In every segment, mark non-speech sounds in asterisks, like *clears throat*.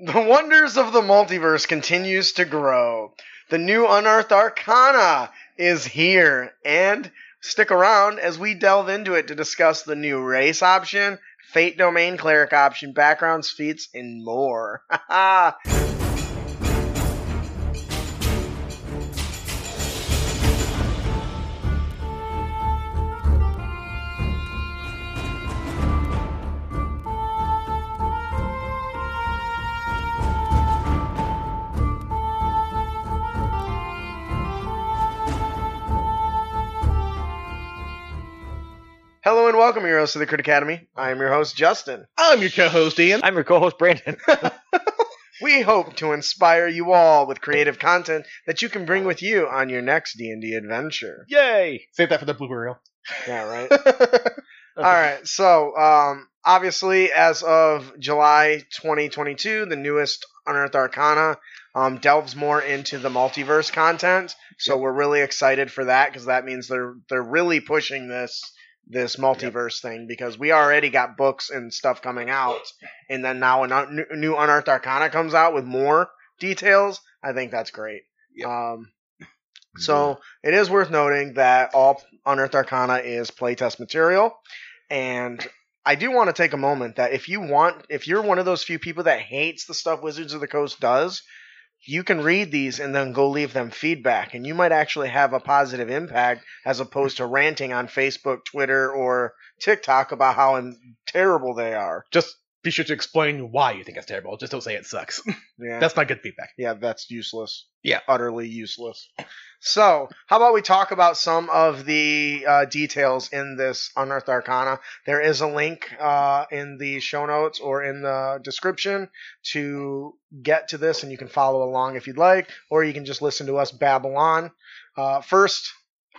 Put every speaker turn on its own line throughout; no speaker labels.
The wonders of the multiverse continues to grow. The new Unearthed Arcana is here, and stick around as we delve into it to discuss the new race option, fate domain cleric option, backgrounds, feats, and more. *laughs* Hello and welcome, heroes, to the Crit Academy. I am your host, Justin.
I'm your co-host Ian.
I'm your co-host Brandon. *laughs*
We hope to inspire you all with creative content that you can bring with you on your next D&D adventure.
Yay!
Save that for the blooper *laughs* reel.
Yeah, right. All right. So, um, obviously, as of July 2022, the newest Unearthed Arcana um, delves more into the multiverse content. So we're really excited for that because that means they're they're really pushing this this multiverse thing because we already got books and stuff coming out, and then now a nu- new Unearthed Arcana comes out with more details. I think that's great.
Yep.
Um, so it is worth noting that all Unearthed Arcana is playtest material, and I do want to take a moment that if you want, if you're one of those few people that hates the stuff Wizards of the Coast does, you can read these and then go leave them feedback, and you might actually have a positive impact as opposed to ranting on Facebook, Twitter, or TikTok about how im- terrible they are.
Just be sure to explain why you think it's terrible. Just don't say it sucks.
Yeah,
That's not good feedback.
yeah, that's useless.
Yeah.
utterly useless. So, how about we talk about some of the uh, details in this Unearthed Arcana? There is a link uh, in the show notes or in the description to get to this, and you can follow along if you'd like, or you can just listen to us babble on. Uh, first,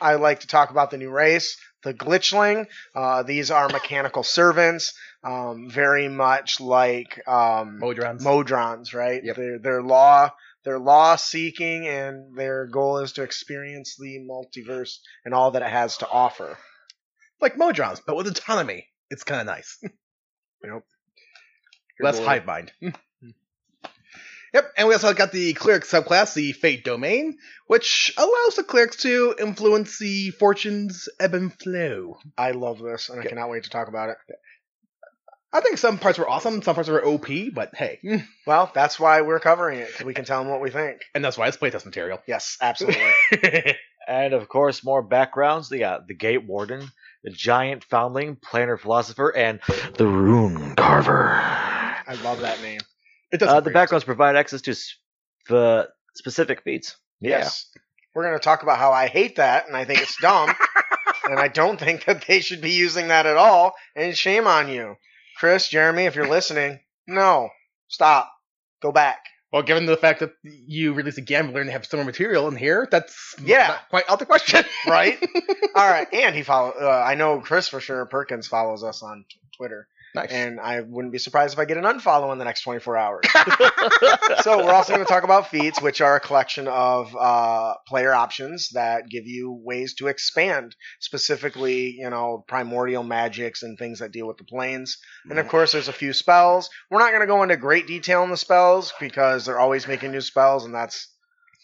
I like to talk about the new race, the Glitchling. Uh, these are mechanical servants, um, very much like um,
Modrons.
Modrons, right?
Yep.
They're, they're law they're law seeking and their goal is to experience the multiverse and all that it has to offer.
like Modrons, but with autonomy. It's kind of nice. *laughs* Less
Good
hive mind. *laughs* yep, and we also got the cleric subclass, the Fate Domain, which allows the clerics to influence the fortunes ebb and flow.
lord. I love this and I
Good.
cannot wait to talk about it.
I think some parts were awesome, some parts were OP, but hey,
Hmm.
Well, that's why we're covering it. 'cause We can tell them what we think.
and that's why it's playtest material. *laughs*
Yes, absolutely.
and of course, more backgrounds. They got the Gate Warden, the Giant Foundling, Planar Philosopher, and the Rune Carver.
I love that name.
It does
Uh, the backgrounds provide access to sp- specific feats. Yeah.
Yes. We're going to talk about how I hate that and I think it's dumb and I don't think that they should be using that at all and shame on you. Chris, Jeremy, if you're listening, no. Stop. Go back.
Well, given the fact that you release a gambler and have similar material in here, that's
Yeah.
not quite out the question.
right? All right, and he follow. Uh, I know Chris for sure. Perkins follows us on t- Twitter,
nice.
and I wouldn't be surprised if I get an unfollow in the next 24 hours. so we're also going to talk about feats, which are a collection of uh, player options that give you ways to expand, specifically, you know, primordial magics and things that deal with the planes. And of course, there's a few spells. We're not going to go into great detail on the spells because they're always making new spells, and that's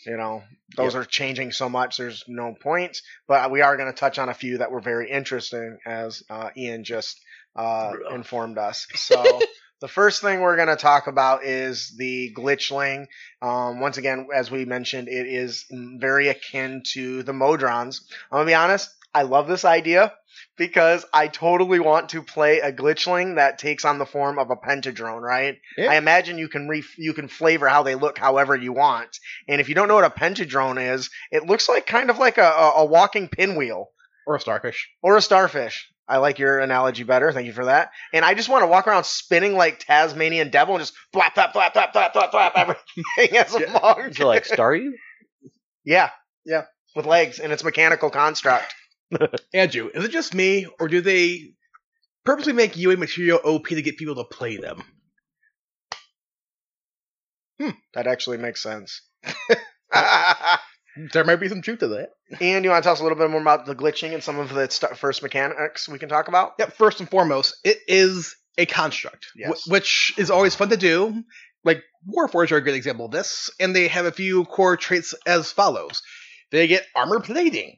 you know those are changing so much. There's no point, but we are going to touch on a few that were very interesting, as uh, Ian just uh, informed us. So. The first thing we're going to talk about is the glitchling. Um, once again, as we mentioned, it is very akin to the Modrons. I'm going to be honest, I love this idea because I totally want to play a glitchling that takes on the form of a pentadrone, right?
Yeah.
I imagine you can re- you can flavor how they look however you want. And if you don't know what a pentadrone is, it looks like kind of like a, a, a walking pinwheel
or a starfish.
or a starfish. I like your analogy better. Thank you for that. And I just want to walk around spinning like Tasmanian devil and just flap, flap, flap, flap, flap, flap, flap everything *laughs* as a
Yeah.
monk.
So like star you?
yeah,
Yeah.
with legs and it's mechanical construct.
Andrew, is it just me, or do they purposely make you a material OP to get people to play them?
That actually makes
*laughs*
sense.
There might be some truth to that.
and you want to tell us a little bit more about the glitching and some of the st- first mechanics we can talk about?
Yep, first and foremost, it is a construct, wh-
Yes.
which is always fun to do. Like, Warforged are a good example of this, and they have a few core traits as follows they get armor plating.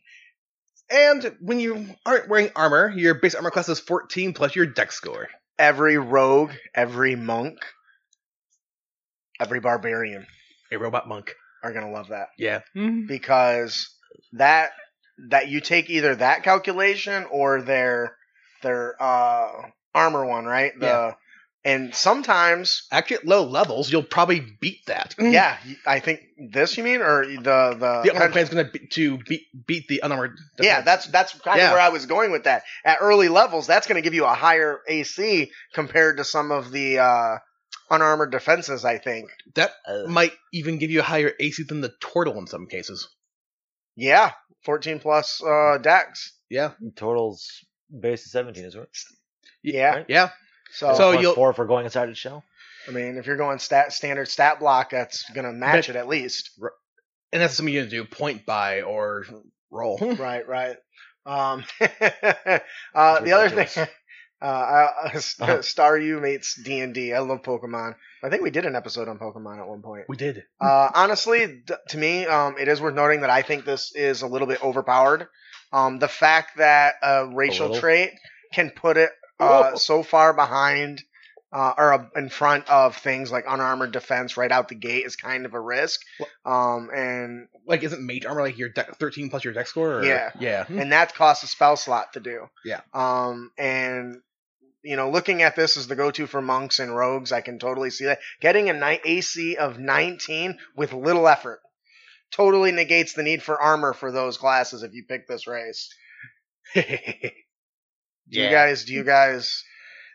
And when you aren't wearing armor, your base armor class is 14 plus your dex score.
Every rogue, every monk, every barbarian
A robot monk.
are going to love that.
Yeah.
Mm-hmm. because that that you take either that calculation or their their uh armor one, right? The
Yeah.
and sometimes
Actually, at low levels, you'll probably beat that.
yeah, I think this you mean or the the,
Mm-hmm. the armor plan's gonna be, to beat beat the unarmored.
Uh, yeah, that's that's kind
Yeah.
of where I was going with that. At early levels, that's going to give you a higher AC compared to some of the uh unarmored defenses, I think.
that
*laughs*
Uh,
might even give you a higher AC than the turtle in some cases.
Yeah, 14 plus uh dex.
Yeah,
Total's base is seventeen, isn't it?
Yeah.
right.
yeah.
So,
So
Plus
you'll-
four for going inside its shell.
I mean, if you're going stat standard stat block, that's going to match it at least.
And that's something you can do point by or roll. *laughs*
right, right. Um, *laughs* uh, the other thing, *laughs* uh, I- uh, Star U mates D and D. I love Pokemon. I think we did an episode on Pokemon at one point.
We did.
Uh, honestly, d- to me, um, it is worth noting that I think this is a little bit overpowered. Um, the fact that a racial
little?
trait can put it uh, so far behind uh, or uh, in front of things like unarmored defense right out the gate is kind of a risk. Um, and
Like, isn't mage armor like your de- thirteen plus your dex score? Or?
Yeah.
yeah.
and that costs a spell slot to do.
Mm-hmm. Yeah.
Um, and you know, looking at this as the go-to for monks and rogues, I can totally see that getting a ni- AC of 19 with little effort totally negates the need for armor for those classes if you pick this race. *laughs* Do you guys? Do you guys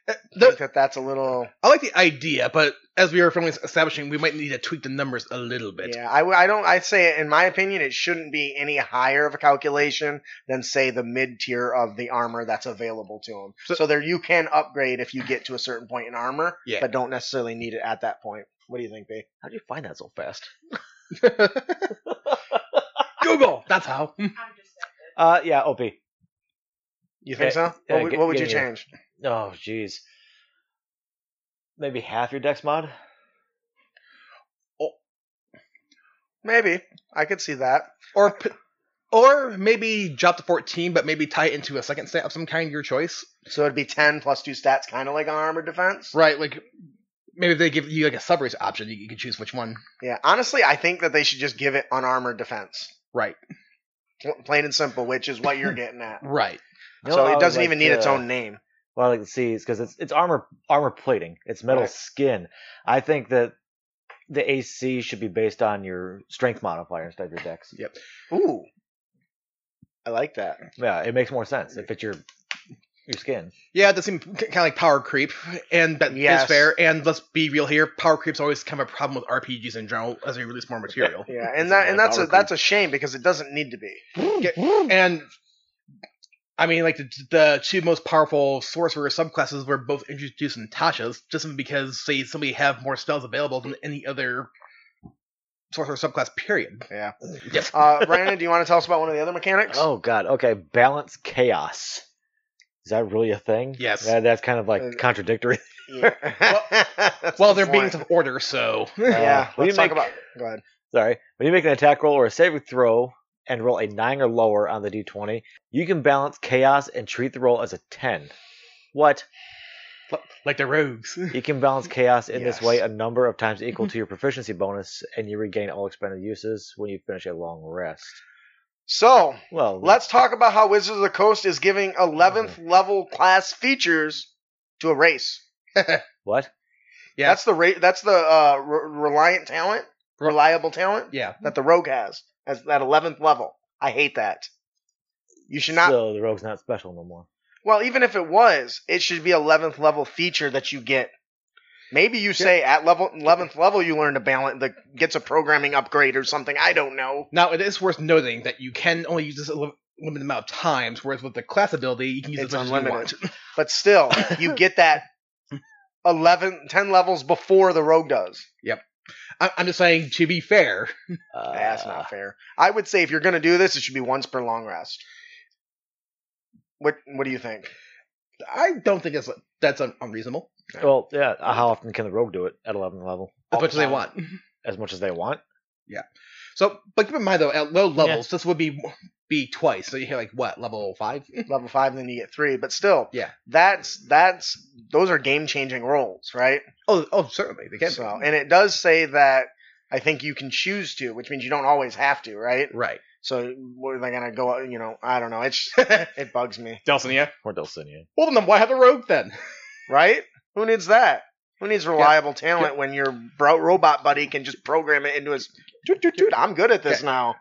Uh,
think
the-
that that's a little?
I like the idea, but as we were from establishing, we might need to tweak the numbers a little bit.
Yeah, I, w- I don't. I'd say, in my opinion, it shouldn't be any higher of a calculation than say the mid tier of the armor that's available to them.
So-
So, there, you can upgrade if you get to a certain point in armor,
Yeah.
but don't necessarily need it at that point. What do you think, B?
How do you find that so fast?
*laughs* Google. That's how. *laughs*
Uh, yeah, OP.
You think
Yeah,
so?
yeah,
what, would-
get-
what would
yeah,
you
yeah.
change?
Oh, jeez. Maybe half your dex mod.
Maybe I could see that.
or p- or maybe drop to 14 but maybe tie it into a second stat of some kind your choice
So it'd be ten plus two stats, kind of like on armor defense.
right like maybe they give you like a sub race option you, you can choose which one
Yeah, honestly, I think that they should just give it unarmored defense,
right
Pl- plain and simple, which is what
*laughs*
you're getting at.
right
You know,
so
I
it
would
doesn't
like uh,
even need its
to-
own name.
What I like to see is because it's it's armor armor plating. It's metal
Right.
skin. I think that the AC should be based on your strength modifier instead of your dex.
Ooh, I like that.
Yeah, it makes more sense if it's your your skin.
yeah it does seem kind of like power creep and that is
Yes.
fair and let's be real here power creep's always kind of a problem with rpgs in general as they release more
*laughs*
material
Yeah,
It's
and that
a
and that's a
power
that's a shame because it doesn't need to be.
and I mean, like the, the two most powerful sorcerer subclasses were both introduced in Tasha's, just simply because they simply have more spells available than any other sorcerer subclass. Period.
Yeah.
Yes.
*laughs* Uh, Brandon, do you want to tell us about one of the other mechanics?
Oh God. Okay, balance chaos. Is that really a thing?
Yes.
That, that's kind of
Uh, *laughs*
like contradictory. *laughs*
Yeah. That's
well,
the
they're being
point.
some order, so *laughs*
yeah.
Uh, when
let's
you
talk
make-
about. Go ahead.
Sorry. When you make an attack roll or a saving throw and roll a nine or lower on the d20, you can balance chaos and treat the roll as a ten. What?
like the rogues. *laughs*
You can balance chaos in this way
Yes.
a number of times equal to your proficiency bonus, and you regain all expended uses when you finish a long rest.
So
Well,
let's talk about how Wizards of the Coast is giving 11th level class features to a race.
what?
Yeah.
That's the ra- That's the uh, re- reliant talent, reliable talent
Yeah,
that the rogue has as that 11th level. I hate that. You should not.
So the rogue's not special no more.
Well, even if it was, it should be 11th level feature that you get. Maybe you say at level 11th level you learn to balance that gets a programming upgrade or something. I don't know.
Now, it is worth noting that you can only use this a li- limited amount of times, whereas with the class ability, you can use
It's
it as much
unlimited.
as you want.
But still, you get that 11 10 levels before the rogue does.
I- I'm just saying, to be fair,
Uh,
That's not fair. I would say if you're going to do this, it should be once per long rest. What what do you think?
I don't think that's, that's un- unreasonable.
Well, yeah. uh, How often can the rogue do it at 11th level?
As
All
much
the
as they
time.
want.
As much as they want.
So, but keep in mind though, at low levels, this would be be twice. So you hear like what level five?
Level 5 and then you get 3, but still.
Yeah.
That's that's those are game-changing roles, right?
Oh, oh, certainly they can. be.
So, and it does say that I think you can choose to, which means you don't always have to, right?
right.
So what are they gonna go? You know, I don't know. It's *laughs* it bugs me,
Delsonia.
Or Delcinia.
Well, then why have the rogue then?
right? Who needs that? Who needs reliable talent when your bro- robot buddy can just program it into his? Dude, dude, dude, I'm good at this
Yeah.
now.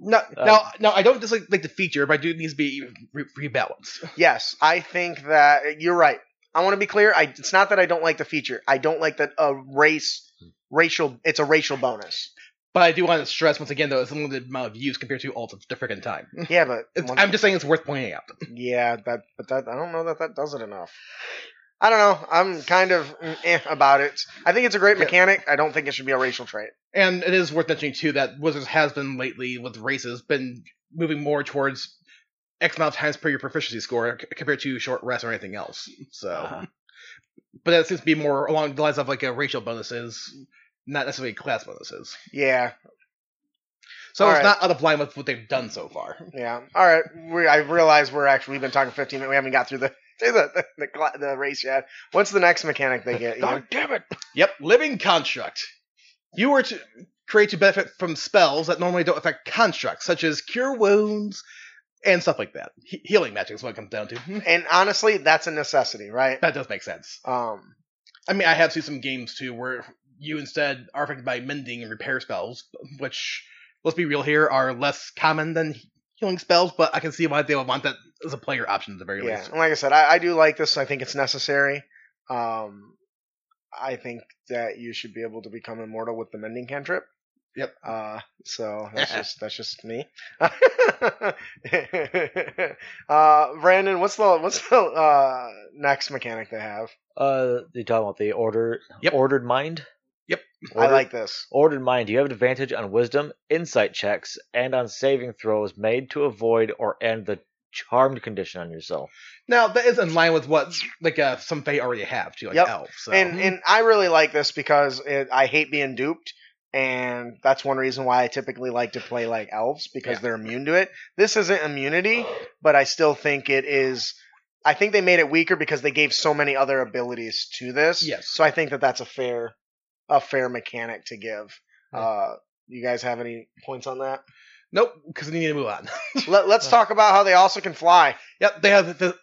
No,
Uh,
now, no, I don't dislike like the feature, but I do need to be re- rebalanced.
Yes, I think that you're right. I want to be clear. I, it's not that I don't like the feature. I don't like that a race racial. It's a racial bonus.
But I do want to stress once again though, it's a limited amount of use compared to all the the
*laughs*
freaking time.
Yeah, but
It's,
one-
I'm just saying it's worth pointing out.
Yeah, that but that I don't know that that does it enough. I don't know. I'm kind of mm, eh about it. I think it's a great
Yeah.
mechanic. I don't think it should be a racial trait.
And it is worth mentioning too that Wizards has been lately with races been moving more towards X amount of times per your proficiency score c- compared to short rest or anything else. So,
Uh-huh.
but that seems to be more along the lines of like a racial bonuses, not necessarily class bonuses.
Yeah,
So
All
it's
right.
not out of line with what they've done so far.
yeah. All right. We, I realize we're actually we've been talking 15 minutes. We haven't got through the *laughs* through the, the, the, cla- the race yet. What's the next mechanic they get? Ian?
God damn it! Yep, living construct. You were to create to benefit from spells that normally don't affect constructs, such as cure wounds and stuff like that. He- healing magic is what it comes down to. *laughs*
and honestly, that's a necessity, right?
That does make sense.
Um,
I mean, I have seen some games too where you instead are affected by mending and repair spells, which, let's be real here, are less common than healing spells, but I can see why they would want that as a player option at the very
yeah.
least.
And like I said, I, I do like this. I think it's necessary. Um, I think that you should be able to become immortal with the mending cantrip.
Yep.
Uh, so that's just that's just me. *laughs* uh, Brandon, what's the what's the uh, next mechanic they have?
Uh, you talking about the order?
Yep.
Ordered mind.
Yep.
I
Ordered-
like this.
Ordered mind, you have an advantage on wisdom, insight checks, and on saving throws made to avoid or end the charmed condition on yourself.
Now, that is in line with what like uh, some Fae already have, too, like
Yep.
elves. So.
And and I really like this because it, I hate being duped, and that's one reason why I typically like to play like elves because
Yeah.
they're immune to it. This isn't immunity, but I still think it is. I think they made it weaker because they gave so many other abilities to this.
Yes.
So I think that that's a fair, a fair mechanic to give.
Yeah.
Uh, you guys have any points on
*laughs*
that?
Nope, because we need to move on. *laughs*
Let, let's
Uh.
talk about how they also can fly.
Yep, they have the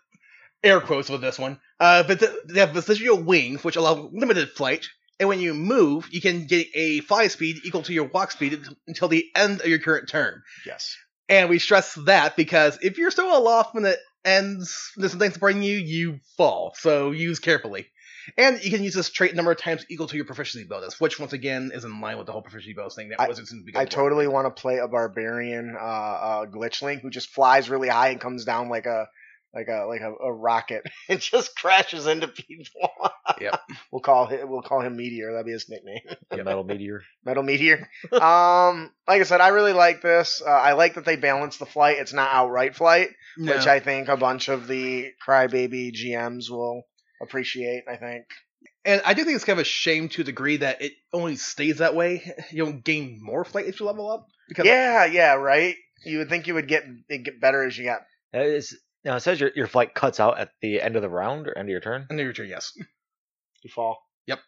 air quotes with this one. Uh, but th- they have vestigial wings, which allow limited flight, and when you move, you can get a fly speed equal to your walk speed unt- until the end of your current turn.
Yes.
And we stress that because if you're still aloft when it ends, there's something supporting you, you fall. So use carefully. And you can use this trait a number of times equal to your proficiency bonus, which once again is in line with the whole proficiency bonus thing that
I-
wasn't seem to be
I
going for.
totally want to play a barbarian uh, uh, glitchling who just flies really high and comes down like a like a like a, a rocket *laughs* and just crashes into people. *laughs*
Yep.
We'll call him we'll call him Meteor. That'll be his nickname. *laughs*
A metal meteor.
Metal Meteor. *laughs* um, like I said, I really like this. Uh, I like that they balance the flight. It's not outright flight,
No.
which I think a bunch of the crybaby GMs will appreciate. I think.
And I do think it's kind of a shame to a degree that it only stays that way. *laughs* You don't gain more flight if you level up. Because
Yeah, yeah, right. You would think you would get it get better as you got
Uh, it's- now it says your your flight cuts out at the end of the round or end of your turn.
Under your turn, yes.
You fall.
Yep.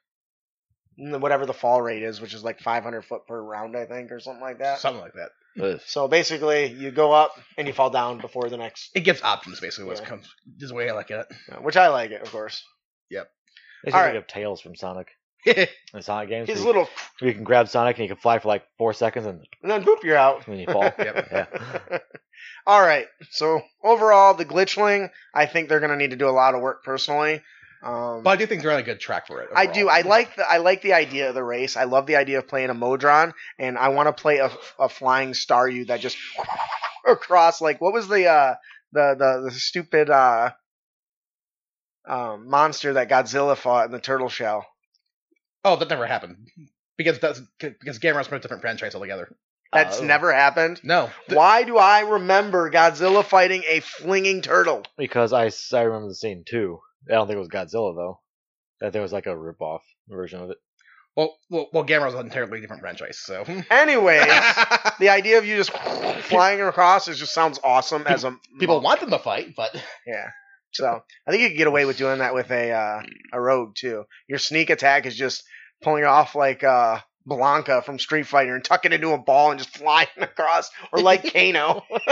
And then Whatever the fall rate is, which is like 500 foot per round, I think, or something like that.
Something like that.
Ugh.
So basically, you go up and you fall down before the next,
It gives options, basically, what
Yeah.
it comes. This is the way I like
which I like it, of course.
Makes me
All
think
right.
of Tails from Sonic.
it. *laughs*
In Sonic games, where
His
you,
little,
where you can grab Sonic and *laughs* you can fly for like four seconds and
and then boop, you're out.
then you fall.
Yep.
Yeah.
*laughs* All right. So overall, the glitchling, I think they're going to need to do a lot of work personally. Um,
But I do think they're on a good track for it.
I do.
overall.
I like the I like the idea of the race. I love the idea of playing a Modron, and I want to play a, a flying Staryu that just *laughs* across like what was the uh the the, the stupid uh um, monster that Godzilla fought in the turtle shell.
Oh, that never happened because that's because Gamera's from a different franchise altogether.
That's
Oh.
never happened.
No, Th-
Why do I remember Godzilla fighting a flinging turtle?
because I, s- I remember the scene too. I don't think it was Godzilla though. That there was like a ripoff version of it.
well, well, well, Gamera's an entirely different franchise. *laughs* So
Anyways,
*laughs*
the idea of you just flying across is just sounds awesome as a
people want them to fight, but
Yeah. So I think you could get away with doing that with a uh, a rogue too. Your sneak attack is just pulling off like uh, Blanca from Street Fighter and tucking into a ball and just flying *laughs* across, or like Kano. *laughs*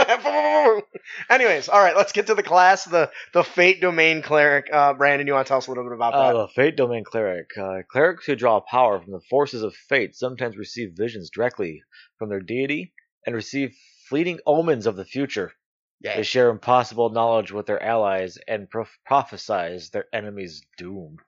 Anyways, all right, let's get to the class. The the Fate Domain Cleric, uh, Brandon. You want to tell us a little bit about
Uh,
that?
the Fate Domain Cleric. Uh, clerics who draw power from the forces of fate sometimes receive visions directly from their deity and receive fleeting omens of the future.
yeah,
They share impossible knowledge with their allies and prof- prophesize their enemy's doom.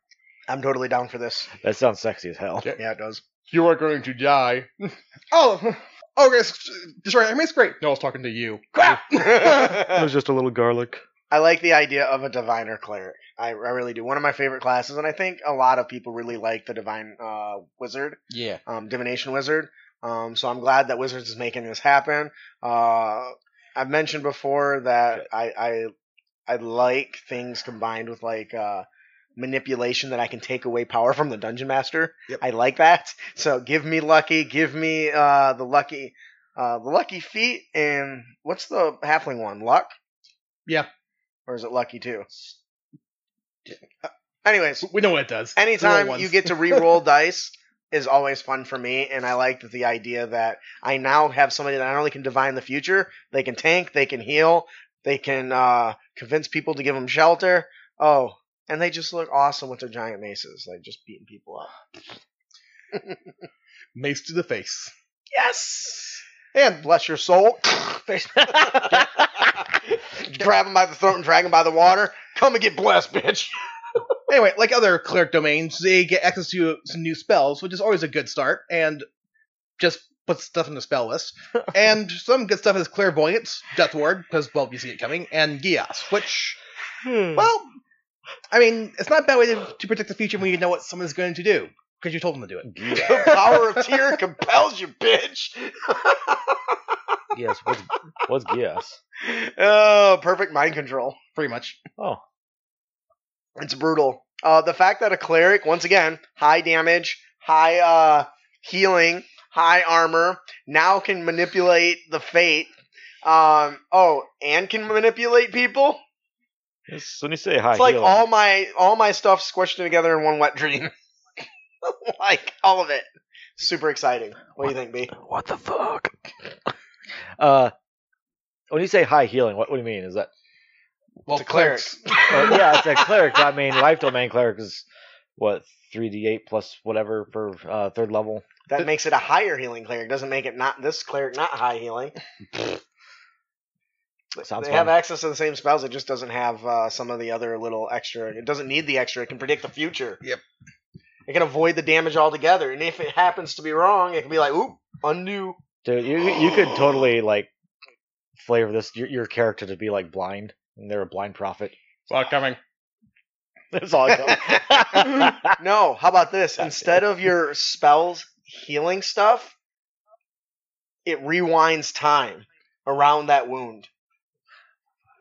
I'm totally down for this.
That sounds sexy as hell.
Yeah.
Yeah, it does.
you are going to die. *laughs* oh, oh, guys, sorry, I mean it's great. No, I was talking to you. *laughs* Crap.
I
just a little garlic.
like the idea of a diviner cleric. I, I really do. One of my favorite classes, and I think a lot of people really like the divine uh, wizard.
yeah,
um, divination wizard. Um, so I'm glad that Wizards is making this happen. Uh, I've mentioned before that I, I I like things combined with like uh, manipulation that I can take away power from the dungeon master.
Yep.
I like that. So give me lucky, give me uh, the lucky uh, the lucky feet, and what's the halfling one? Luck.
Yeah.
Or is it lucky too? Uh, Anyways,
we know what it does. Roll
anytime
ones.
you get to re-roll dice is always fun for me and i like the idea that i now have somebody that not only can divine the future they can tank they can heal they can uh, convince people to give them shelter oh and they just look awesome with their giant maces like just beating people up
mace to the face.
yes and bless your soul grab them by the throat and drag them by the water come and get blessed bitch
Anyway, like other cleric domains, they get access to some new spells, which is always a good start, and just puts stuff in the spell
*laughs*
list. and some good stuff is clairvoyance, death ward, because well, you see it coming, and Gias, which,
Hmm.
well, I mean, it's not a bad way to, to predict the future when you know what someone's going to do because you told them to do it.
the power of tear compels you bitch
*laughs* Yes, what's, what's Gias?
oh perfect mind control
Pretty much.
Oh,
It's brutal. Uh, the fact that a cleric, once again, high damage, high uh, healing, high armor, now can manipulate the fate. Um, oh, and can manipulate people.
it's- when you say high
It's like
healing,
all my all my stuff squished together in one wet dream. *laughs* like all of it. Super exciting. What do you think, B?
What the fuck? uh, when you say high healing, what, what do you mean? Is that?
Well,
It's a cleric.
Oh, yeah, it's a cleric. but I mean, life domain cleric is what three d eight plus whatever for uh, third level.
That makes it a higher healing cleric. Doesn't make it not this cleric not high healing.
Sounds
they have
fun.
access to the same spells. It just doesn't have uh, some of the other little extra. It doesn't need the extra. It can predict the future.
Yep.
It can avoid the damage altogether. And if it happens to be wrong, it can be like, oop, undo.
Dude, you you could totally like flavor this your, your character to be like blind, and they're a blind prophet. *laughs*
Well, coming.
That's all. I
*laughs*
know.
No, how about this? Instead of your spells healing stuff, it rewinds time around that wound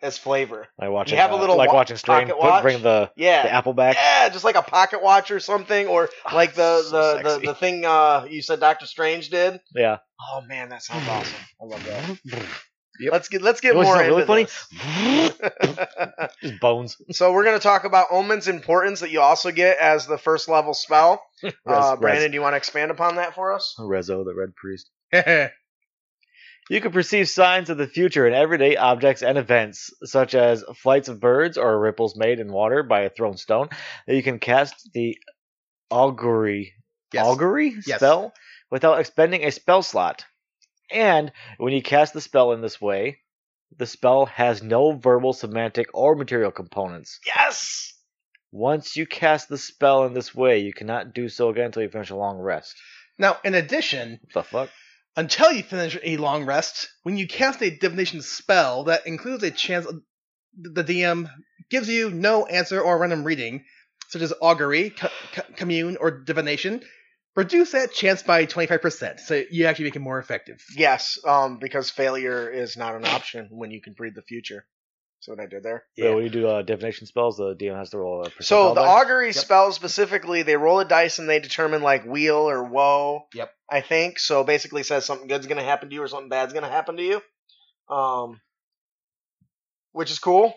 as flavor.
like watching,
have a
uh,
little
like
wa-
watching Strain
pocket
put-
watch?
bring the,
Yeah.
the apple back.
Yeah, just like a pocket watch or something,
*laughs*
or
Ah,
like the,
so
the, the,
sexy.
the thing uh, you said Doctor Strange did.
Yeah.
Oh man, that
*sighs*
sounds awesome. I love that.
*laughs* Yep.
Let's get let's get
You know
more
what's
into
not really
this.
*laughs* Just bones.
so we're gonna talk about omens importance that you also get as the first level spell. uh,
Res-
Brandon, do you want to expand upon that for us?
Rezo, the Red Priest.
yeah,
You can perceive signs of the future in everyday objects and events, such as flights of birds or ripples made in water by a thrown stone. You can cast the augury
Yes.
augury
Yes.
spell without expending a spell slot. And when you cast the spell in this way, The spell has no verbal, semantic, or material components.
Yes.
Once you cast the spell in this way, you cannot do so again until you finish a long rest.
Now, in addition,
What the fuck?
until you finish a long rest, when you cast a divination spell that includes a chance the DM gives you no answer or random reading, such as augury, co- co- commune, or divination, reduce that chance by 25%, so you actually make it more effective.
Yes. Um, because failure is not an option when you can read the future. See what I did there?
Yeah. when you do uh, divination spells, the DM has to roll a
So
percentile
the
die.
augury
Yep.
spell specifically, they roll a dice and they determine like wheel or woe.
Yep.
I think so. Basically, says something good's gonna happen to you or something bad's gonna happen to you. Um, which is cool.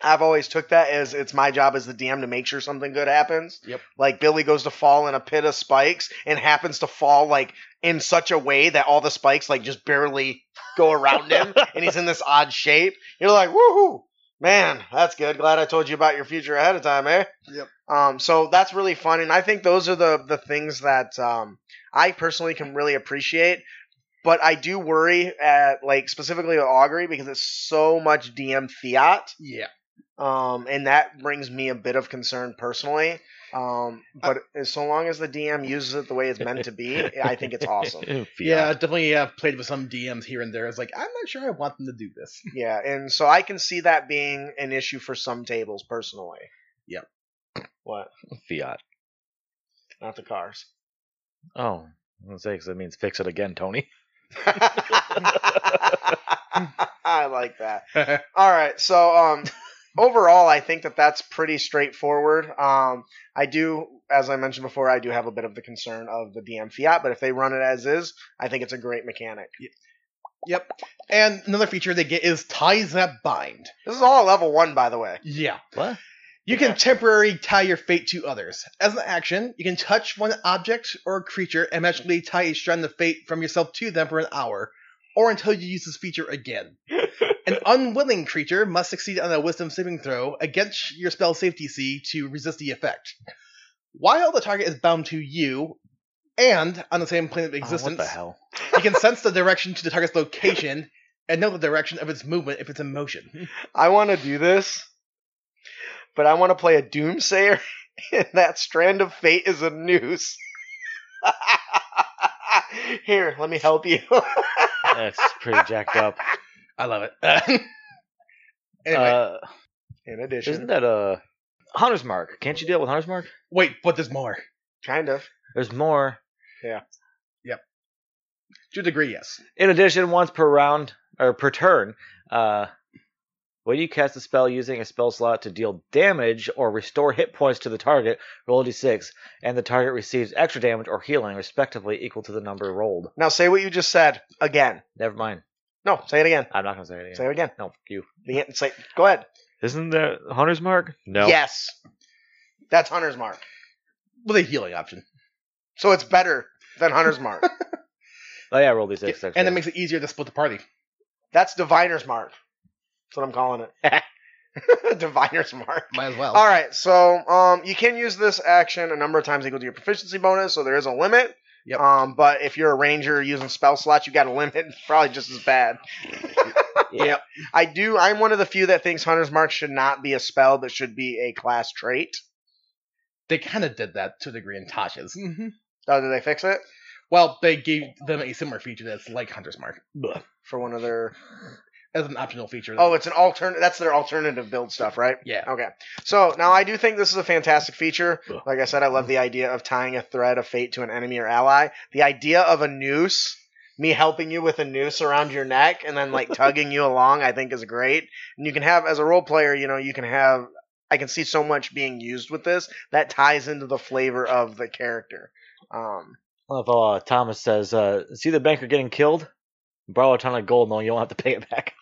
I've always took that as it's my job as the DM to make sure something good happens.
Yep.
Like Billy goes to fall in a pit of spikes and happens to fall like in such a way that all the spikes like just barely go around
*laughs*
him and he's in this odd shape. You're like, woohoo, man, that's good. Glad I told you about your future ahead of time, eh?
Yep.
Um, so that's really fun, and I think those are the the things that um, I personally can really appreciate. But I do worry at like specifically with augury because it's so much DM fiat
Yeah.
um, and that brings me a bit of concern personally. Um, but as so long as the DM uses it the way it's meant to be, I think it's awesome.
*laughs*
Yeah, definitely have played with some DMs here and there. It's like, I'm not sure I want them to do this. *laughs*
Yeah, and so I can see that being an issue for some tables personally.
Yep.
What?
Fiat.
Not the cars.
Oh, I was gonna say, 'cause that means fix it again, Tony.
*laughs* I like that. All right. So, um, overall, I think that that's pretty straightforward. Um, I do, as I mentioned before, I do have a bit of the concern of the DM fiat, but if they run it as is, I think it's a great mechanic.
yep. And another feature they get is ties that bind.
This is all level one, by the way.
Yeah.
What?
You can temporarily tie your fate to others. As an action, you can touch one object or creature and magically tie a strand of fate from yourself to them for an hour, or until you use this feature again.
*laughs*
an unwilling creature must succeed on a wisdom saving throw against your spell safety DC to resist the effect. While the target is bound to you, and on the same plane of
Oh, what
existence,
the hell?
*laughs*
you can sense the direction to the target's location and know the direction of its movement if it's in motion.
I want to do this, but I want to play a doomsayer, *laughs* and that strand of fate is a noose. *laughs* Here, let me help you. *laughs*
That's pretty jacked up.
I love it. *laughs* anyway,
Uh,
In addition,
isn't that a hunter's mark? Can't you deal with hunter's mark?
wait, but there's more.
kind of.
There's more.
To a degree, yes.
In addition, once per round or per turn, uh, when you cast a spell using a spell slot to deal damage or restore hit points to the target, roll a d6, and the target receives extra damage or healing, respectively, equal to the number rolled.
Now say what you just said again.
Never mind.
No, say it again.
I'm not gonna say it again.
Say it again.
No, fuck you.
The an- say, go ahead.
Isn't that hunter's mark? No.
Yes, that's Hunter's Mark.
With a healing option.
So it's better than Hunter's Mark.
Oh yeah, roll d6. extra.
and it makes it easier to split the party.
that's Diviner's Mark. That's what I'm calling it. *laughs* Diviner's Mark.
Might as well.
All right, so um, you can use this action a number of times equal to your proficiency bonus, so there is a limit.
Yep.
Um, but if you're a ranger using spell slots, you got a limit, *laughs* probably just as bad.
Yep.
I do. I'm one of the few that thinks Hunter's Mark should not be a spell, but should be a class trait.
They kind of did that to a degree in Tasha's.
Oh, did they fix it
Well, they gave them a similar feature that's like Hunter's Mark
for one of their?
as an optional feature.
Oh, it's an alternate. That's their alternative build stuff, right?
yeah.
Okay. So now I do think this is a fantastic feature. Like I said, I love the idea of tying a thread of fate to an enemy or ally. The idea of a noose, me helping you with a noose around your neck and then like tugging you along, I think is great. And you can have, as a role player, you know, you can have, I can see so much being used with this that ties into the flavor of the character. Um, *laughs*
Well, if, uh, Thomas says, uh, "See the banker getting killed? Borrow a ton of gold, and you don't have to pay it back."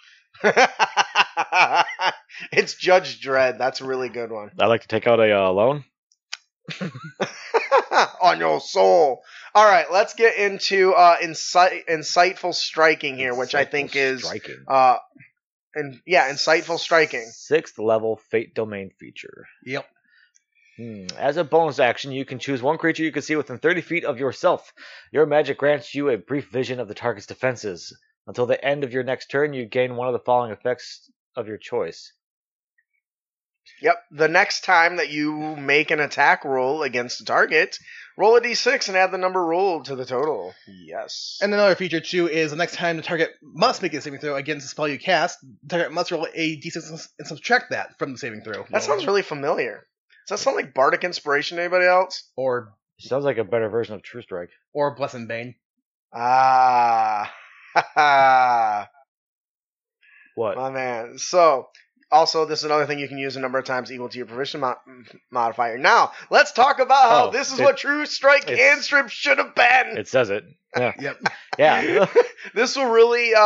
it's Judge Dredd. That's a really good one.
I'd like to take out a uh, loan.
*laughs* on your soul. All right, let's get into uh, insight, insightful striking here, which I think is
striking.
uh, and yeah, insightful striking.
Sixth level fate domain feature.
Yep.
Hmm. As a bonus action, you can choose one creature you can see within 30 feet of yourself. Your magic grants you a brief vision of the target's defenses. Until the end of your next turn, you gain one of the following effects of your choice.
Yep. The next time that you make an attack roll against a target, roll a d6 and add the number rolled to the total. Yes.
And another feature too is the next time the target must make a saving throw against the spell you cast, the target must roll a d6 and subtract that from the saving throw.
that sounds really familiar. Does that sound like Bardic Inspiration to anybody else?
or
Sounds like a better version of True Strike.
or bless and bane.
Ah. *laughs* My
What?
man. So, also, this is another thing you can use a number of times equal to your provision mo- modifier. Now, let's talk about how
Oh,
this is
it-
what True Strike
it's-
and Strip should have been.
*laughs*
*laughs*
It says it. Yeah.
Yep.
Yeah. *laughs*
this will really uh,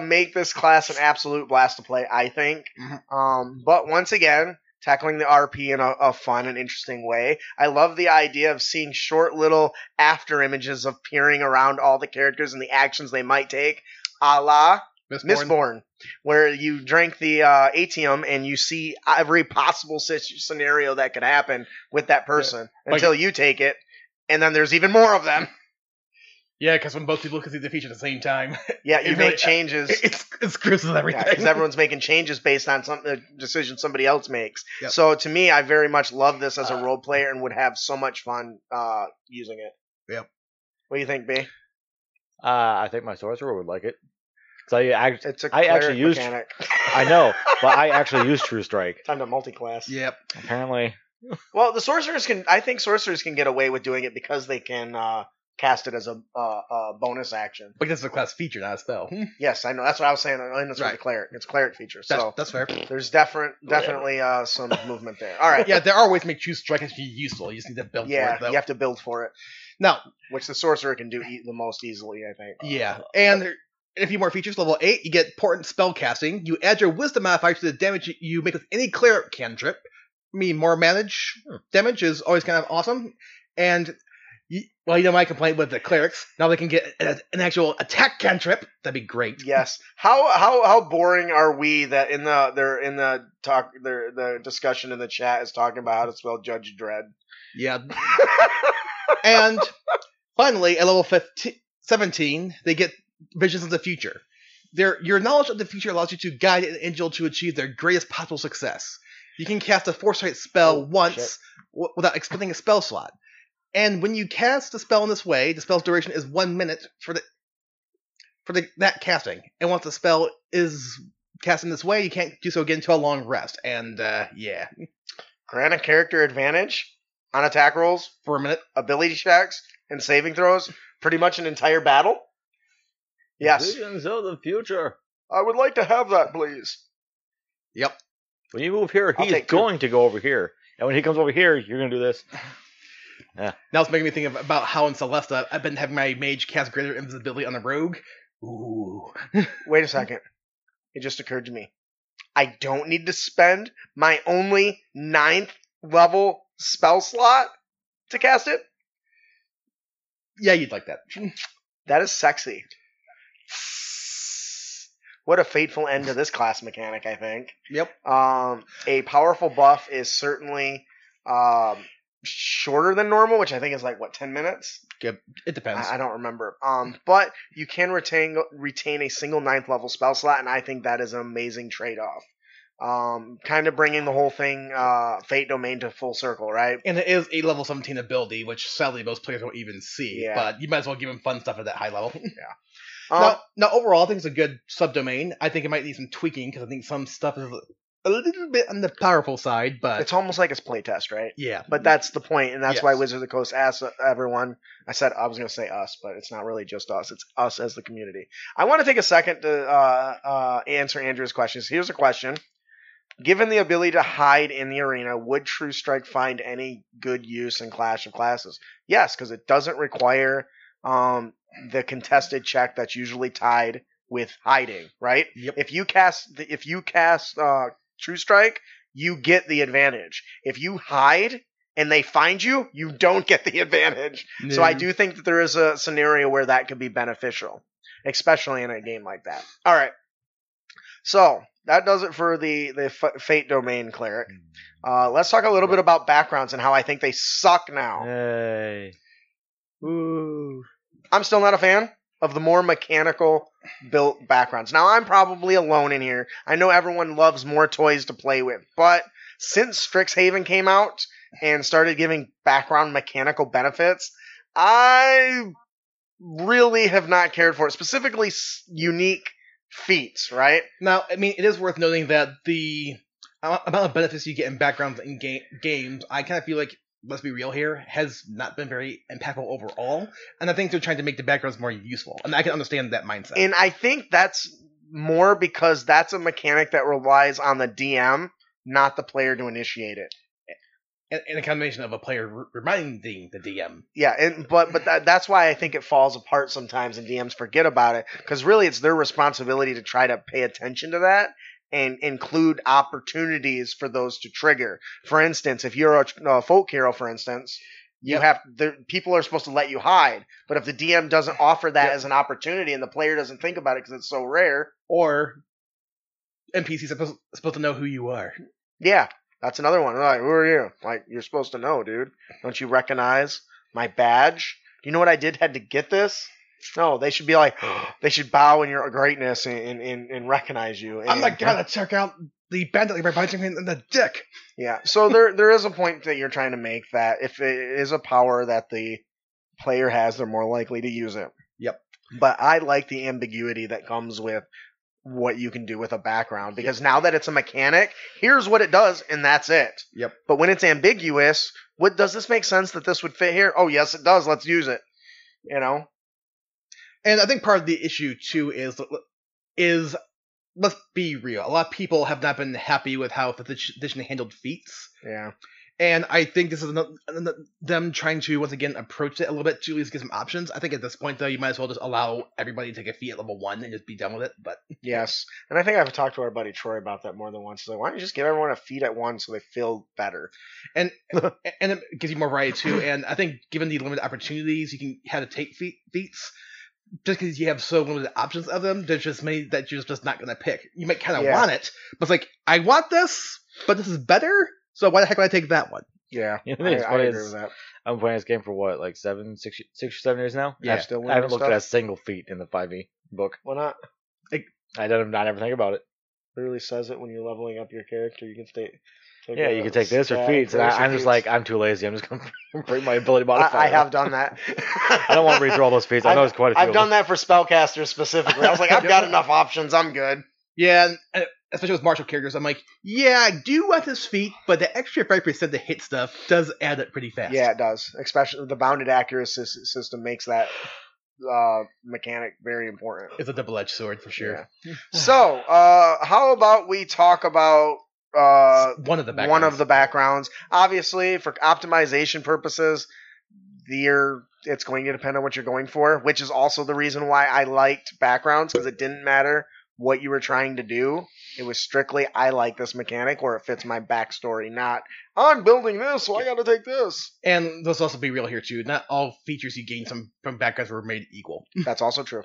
uh, make this class an absolute blast to play, I think.
Mm-hmm.
Um, but once again, tackling the RP in a, a fun and interesting way. I love the idea of seeing short little after images of peering around all the characters and the actions they might take, a la
Miss Bourne.
Mistborn, where you drink the uh, ATM and you see every possible si- scenario that could happen with that person
Like-
until you take it. And then there's even more of
*laughs*
them.
Yeah, because when both people can see the feature at the same time,
Yeah, you
It *laughs* really-
make changes.
it, it's, it screws with everything.
because everyone's making changes based on some a decision somebody else makes.
Yep.
So to me, I very much love this as a
Uh,
role player and would have so much fun uh, using it.
Yep.
What do you think, B?
Uh, I think my sorcerer would like it. So yeah, I,
It's a
I
cleric
actually used-
mechanic.
I know, but I actually use True Strike.
Time to multiclass.
Yep.
Apparently,
Well, the sorcerers can. I think sorcerers can get away with doing it because they can uh, cast it as a, uh, a bonus action.
But this is a class feature, not a spell.
Yes, I know. That's what I was saying. And it's with
Right.
the cleric. It's a cleric feature.
That's,
So
that's fair.
there's definite, definitely uh, some movement there. All right.
*laughs* Yeah, there are ways to make choose strike actually useful. You just need to build for
Yeah.
it, though.
You have to build for it,
Now,
which the sorcerer can do e- the most easily. I think.
yeah, and there, and a few more features. Level 8, you get Portent Spellcasting. You add your Wisdom modifier to the damage you make with any cleric cantrip. I mean, more manage Hmm. damage is always kind of awesome. And, you, well, you know my complaint with the clerics. Now they can get an, an actual attack cantrip. That'd be great.
Yes. How how how boring are we that in the they're in the talk the the discussion in the chat is talking about how to spell Judge Dredd.
Yeah. *laughs* and finally, at level 15, 17, they get visions of the future. Their, your knowledge of the future allows you to guide an angel to achieve their greatest possible success. You can cast a foresight spell
Oh, shit.
once w- without expending a spell slot. And when you cast a spell in this way, the spell's duration is one minute for the for the, that casting. And once the spell is cast in this way, you can't do so again until a long rest. And uh, yeah,
Grant a character advantage on attack rolls,
for a minute,
ability checks, and saving throws. Pretty much an entire battle. Yes.
Visions of the future.
I would like to have that, please.
yep.
When you move here,
I'll
he's
take two.
going to go over here, and when he comes over here, you're gonna do this.
Now it's making me think of, about how in Celesta I've been having my mage cast greater invisibility on the rogue. Ooh.
Wait a second. It just occurred to me. I don't need to spend my only ninth level spell slot to cast it.
Yeah, you'd like that.
That is sexy. What a fateful end to this class mechanic, I think.
Yep.
Um, a powerful buff is certainly um, shorter than normal, which I think is like what ten minutes.
It depends.
I, I don't remember. Um, but you can retain retain a single ninth level spell slot, and I think that is an amazing trade off. Um, kind of bringing the whole thing uh, fate domain to full circle, right?
and it is a level 17 ability, which sadly most players won't even see,
Yeah.
but you might as well give them fun stuff at that high level.
Um,
now, now, overall, I think it's a good subdomain. I think it might need some tweaking because I think some stuff is a little bit on the powerful side, but
Um, it's almost like it's playtest, right?
yeah.
But that's the point, and that's
Yes.
why Wizards of the Coast asks everyone. I said I was going to say us, but it's not really just us. It's us as the community. I want to take a second to uh, uh, answer Andrew's questions. Here's a question: Given the ability to hide in the arena, would True Strike find any good use in Clash of Classes? Yes, because it doesn't require um, the contested check that's usually tied with hiding. Right?
Yep.
If you cast, the, if you cast uh, True Strike. You get the advantage. If you hide, and they find you, you don't get the *laughs* advantage. So I do think that there is a scenario where that could be beneficial, especially in a game like that. All right. So that does it for the the f- fate domain cleric. Uh, let's talk a little bit about backgrounds and how I Oh. think they suck now.
Hey. Ooh.
I'm still not a fan. of the more mechanical built backgrounds. Now, I'm probably alone in here. I know everyone loves more toys to play with, but since Strixhaven came out and started giving background mechanical benefits, I really have not cared for it. Specifically, s- unique feats, right?
Now, I mean, it is worth noting that the amou- amount of benefits you get in backgrounds in ga- games, I kind of feel like, let's be real here, has not been very impactful overall. And I think they're trying to make the backgrounds more useful. And I can understand that mindset.
And I think that's more because that's a mechanic that relies on the DM, not the player to initiate it.
and, and a combination of a player re- reminding the DM.
Yeah, and but but that, that's why I think it falls apart sometimes, and DMs forget about it because really it's their responsibility to try to pay attention to that and include opportunities for those to trigger. For instance, if you're a, a folk hero, for instance, you
Yep.
have the people are supposed to let you hide, but if the DM doesn't offer that
Yep.
as an opportunity and the player doesn't think about it because it's so rare,
Or NPCs are supposed, supposed to know who you are.
yeah, that's another one. Like, who are you? Like, you're supposed to know, dude. Don't you recognize my badge? Do you know what I did had to get this? No, they should be like, *gasps* they should bow in your greatness and and, and, and recognize you. And,
I'm not gonna check out the bandit by punching me in the dick.
Yeah. So there there is a point that you're trying to make that if it is a power that the player has, they're more likely to use it.
Yep.
But I like the ambiguity that comes with what you can do with a background because now that it's a mechanic, here's what it does and that's it.
Yep.
But when it's ambiguous, what does this make sense that this would fit here? Oh, yes it does. Let's use it. You know?
And I think part of the issue too is is let's be real. A lot of people have not been happy with how the edition handled feats,
Yeah.
and I think this is ano- ano- them trying to once again approach it a little bit to at least get some options. I think at this point though, you might as well just allow everybody to take a feat at level one and just be done with it. But
Yes. And I think I've talked to our buddy Troy about that more than once. He's like, why don't you just give everyone a feed at once so they feel better?
and and it gives you more
*clears throat*
variety too. And I think given the limited opportunities you can have to take feat, feats, just because you have so limited options of them, there's just many that you're just not going to pick. You might kind of
Yeah.
want it, but it's like I want this, but this is better. So why the heck would I take that one?
Yeah.
Yeah, I
I,
think it's
I
funny
agree
it's-
with that.
I've been playing this game for what, like seven, six, six or seven years now.
Yeah.
I've still
I haven't
learning
looked
stuff.
at a single feat in the 5e book.
Why not?
I don't. I never think about it.
Literally says it when you're leveling up your character. You can stay. take
yeah,
a
you can take this or
stat,
feats, and
this or
I, I'm just
feats.
like, I'm too lazy. I'm just gonna *laughs* bring my ability modifier.
I, I have
up.
done
*laughs*
that.
I don't want to redraw those feats. I know
I've-
it's quite a few.
I've
of
done
them.
that for spellcasters specifically. I was like, I've got enough options. I'm good.
Yeah, and, and especially with martial characters, I'm like, yeah, I do want this feat, but the extra five percent to hit stuff does add up pretty fast.
Yeah, it does. Especially the bounded accuracy sys- system makes that uh, mechanic very
*sighs*
important.
it's a double-edged sword for sure.
so, uh, how about we talk about uh,
one of the
one of
backgrounds.
the backgrounds? Obviously, for optimization purposes, they're, it's going to depend on what you're going for, which is also the reason why I liked backgrounds because it didn't matter what you were trying to do. It was strictly I like this mechanic or it fits my backstory, not I'm building this, so I got to take
*laughs*
this.
And let's also be real here too. Not all features you gain some from backgrounds were made equal.
That's also true.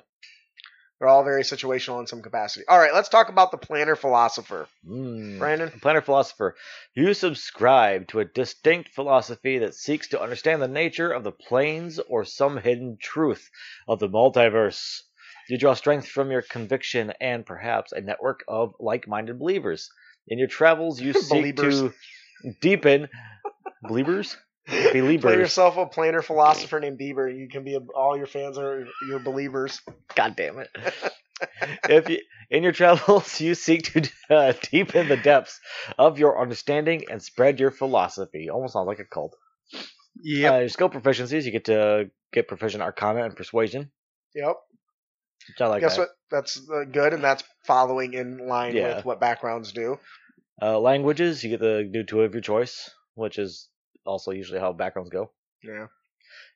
They're all very situational in some capacity. All right, let's talk about the planner philosopher,
Mm.
Brandon.
*laughs*
Planner philosopher, you subscribe to a distinct philosophy that seeks to understand the nature of the planes or some hidden truth of the multiverse. You draw strength from your conviction and perhaps a network of like minded believers. In your travels, *laughs* you seek to deepen believers?
Play
Believers.
yourself a planner philosopher named Bieber. You can be a, all your fans are your believers.
*laughs* God damn it. if you, in your travels *laughs* you seek to uh, deepen the depths of your understanding and spread your philosophy, almost sounds like a cult.
Yeah.
Uh, your skill proficiencies, you get to get proficient arcana and persuasion.
Yep.
Which I like
Guess
that.
what? That's uh, good, and that's following in line
Yeah.
with what backgrounds do.
Uh, languages, you get to do two of your choice, which is also usually how backgrounds go.
Yeah.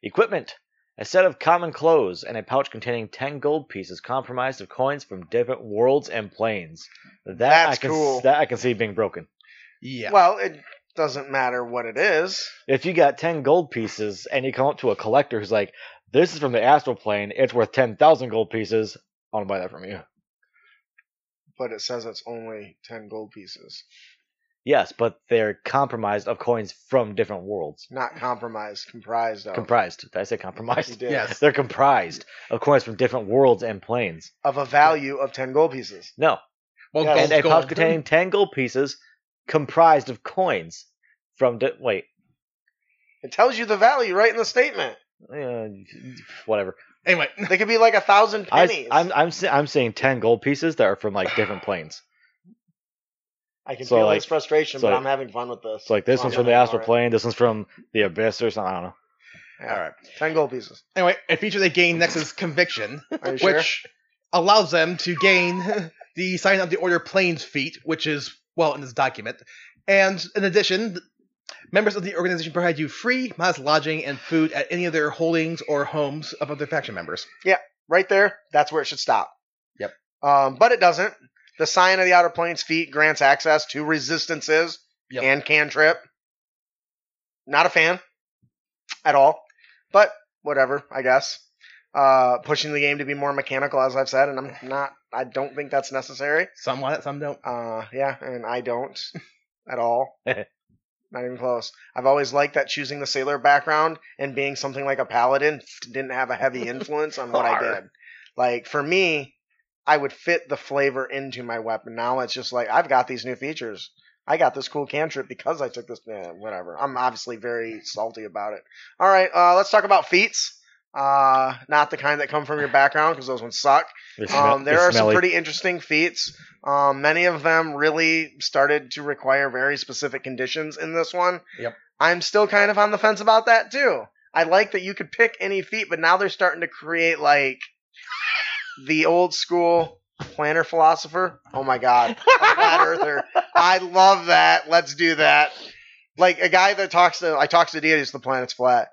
Equipment. A set of common clothes and a pouch containing 10 gold pieces comprised of coins from different worlds and planes. That
That's
I can,
cool.
That I can see being broken.
Yeah.
Well, it doesn't matter what it is.
If you got 10 gold pieces and you come up to a collector who's like, this is from the astral plane, it's worth 10,000 gold pieces, I want to buy that from you.
But it says it's only ten gold pieces.
Yes, but they're compromised of coins from different worlds.
Not compromised, comprised of.
Comprised. Did I
Oh. *laughs*
say
You
compromised?
did.
Yes.
They're comprised of coins from different worlds and planes.
Of a value of 10 gold pieces.
No.
Well,
Yeah,
And
gold's
a pouch
gold.
containing 10 gold pieces comprised of coins from. Di- wait.
It tells you the value right in the statement.
Uh, whatever.
*laughs* Anyway,
They could be like a thousand
I,
pennies.
I'm, I'm, se- I'm seeing 10 gold pieces that are from like
*sighs*
different planes.
I can
so,
feel
like-
his frustration,
so,
but
like-
I'm having fun with this.
So like this
So I'm
one's from the
gonna
astral
ignore it.
plane, this one's from the abyss or something. I don't know.
Yeah. All right. 10 gold pieces.
anyway, a feature they gain next is conviction,
*laughs*
Are *laughs* you
which
sure?
allows them to gain *laughs* the sign of the order planes feat, which is well in this document. And in addition, members of the organization provide you free modest lodging and food at any of their holdings or homes of other faction members.
right there, that's where it should stop.
Yep.
Um, but it doesn't. The sign of the outer plane's feet grants access to resistances
Yep.
and cantrip. Not a fan at all, but whatever, I guess. Uh, pushing the game to be more mechanical, as I've said, and I'm not. I don't think that's necessary.
Some want it,
*gasps*
some don't.
Uh, yeah, and I don't at all. Not even close. I've always liked that choosing the sailor background and being something like a paladin didn't have a heavy influence on what I
Arr.
did. Like for me, I would fit the flavor into my weapon. Now it's just like I've got these new features. I got this cool cantrip because I took this. eh, whatever. I'm obviously very salty about it. All right, uh, let's talk about feats. Uh, not the kind that come from your background because those ones suck.
They're sme-
Um, there
they're
are some
smelly.
pretty interesting feats. Um, many of them really started to require very specific conditions in this one.
Yep.
I'm still kind of on the fence about that too. I like that you could pick any feat, but now they're starting to create like the old school planner philosopher. Oh my god, a
*laughs*
flat earther. I love that. Let's do that. Like a guy that talks to I talks to deities, the planet's flat.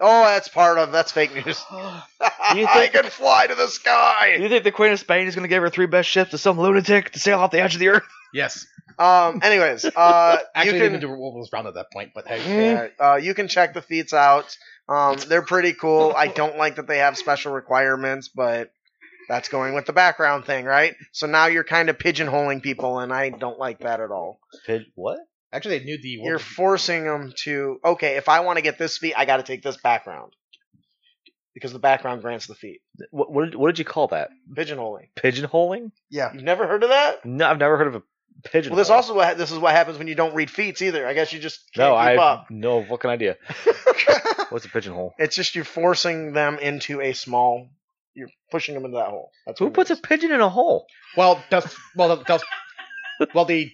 Oh, that's part of that's fake news.
You
I
think-
can fly to the sky.
You think the Queen of Spain is going to give her three best ships to some lunatic to sail off the edge of the earth?
Yes.
Um. Anyways, uh, you
Actually, they didn't
can
do Wolves round at that point, but hey.
Mm-hmm.
yeah, uh, you can check the feats out. Um, they're pretty cool.
*laughs*
I don't like that they have special requirements, but that's going with the background thing, right? So now you're kind of pigeonholing people, and I don't like that at all.
Pid- What?
Actually, they knew the
You're
Wolves.
forcing them to okay. If I want to get this feat, I got to take this background because the background grants the feat.
What, what, did, what did you call that?
Pigeonholing.
Pigeonholing?
Yeah.
You've never heard of that?
No, I've never heard of a pigeon.
Well, this also what, this is what happens when you don't read feats either. I guess you just can't
no,
keep
I
up.
no fucking
*laughs*
idea. What's a pigeonhole?
It's just you're forcing them into a small. You're pushing them into that hole. That's
Who
what it
puts a
is.
pigeon in a hole?
Well, that's well, that's well, the that- that's that-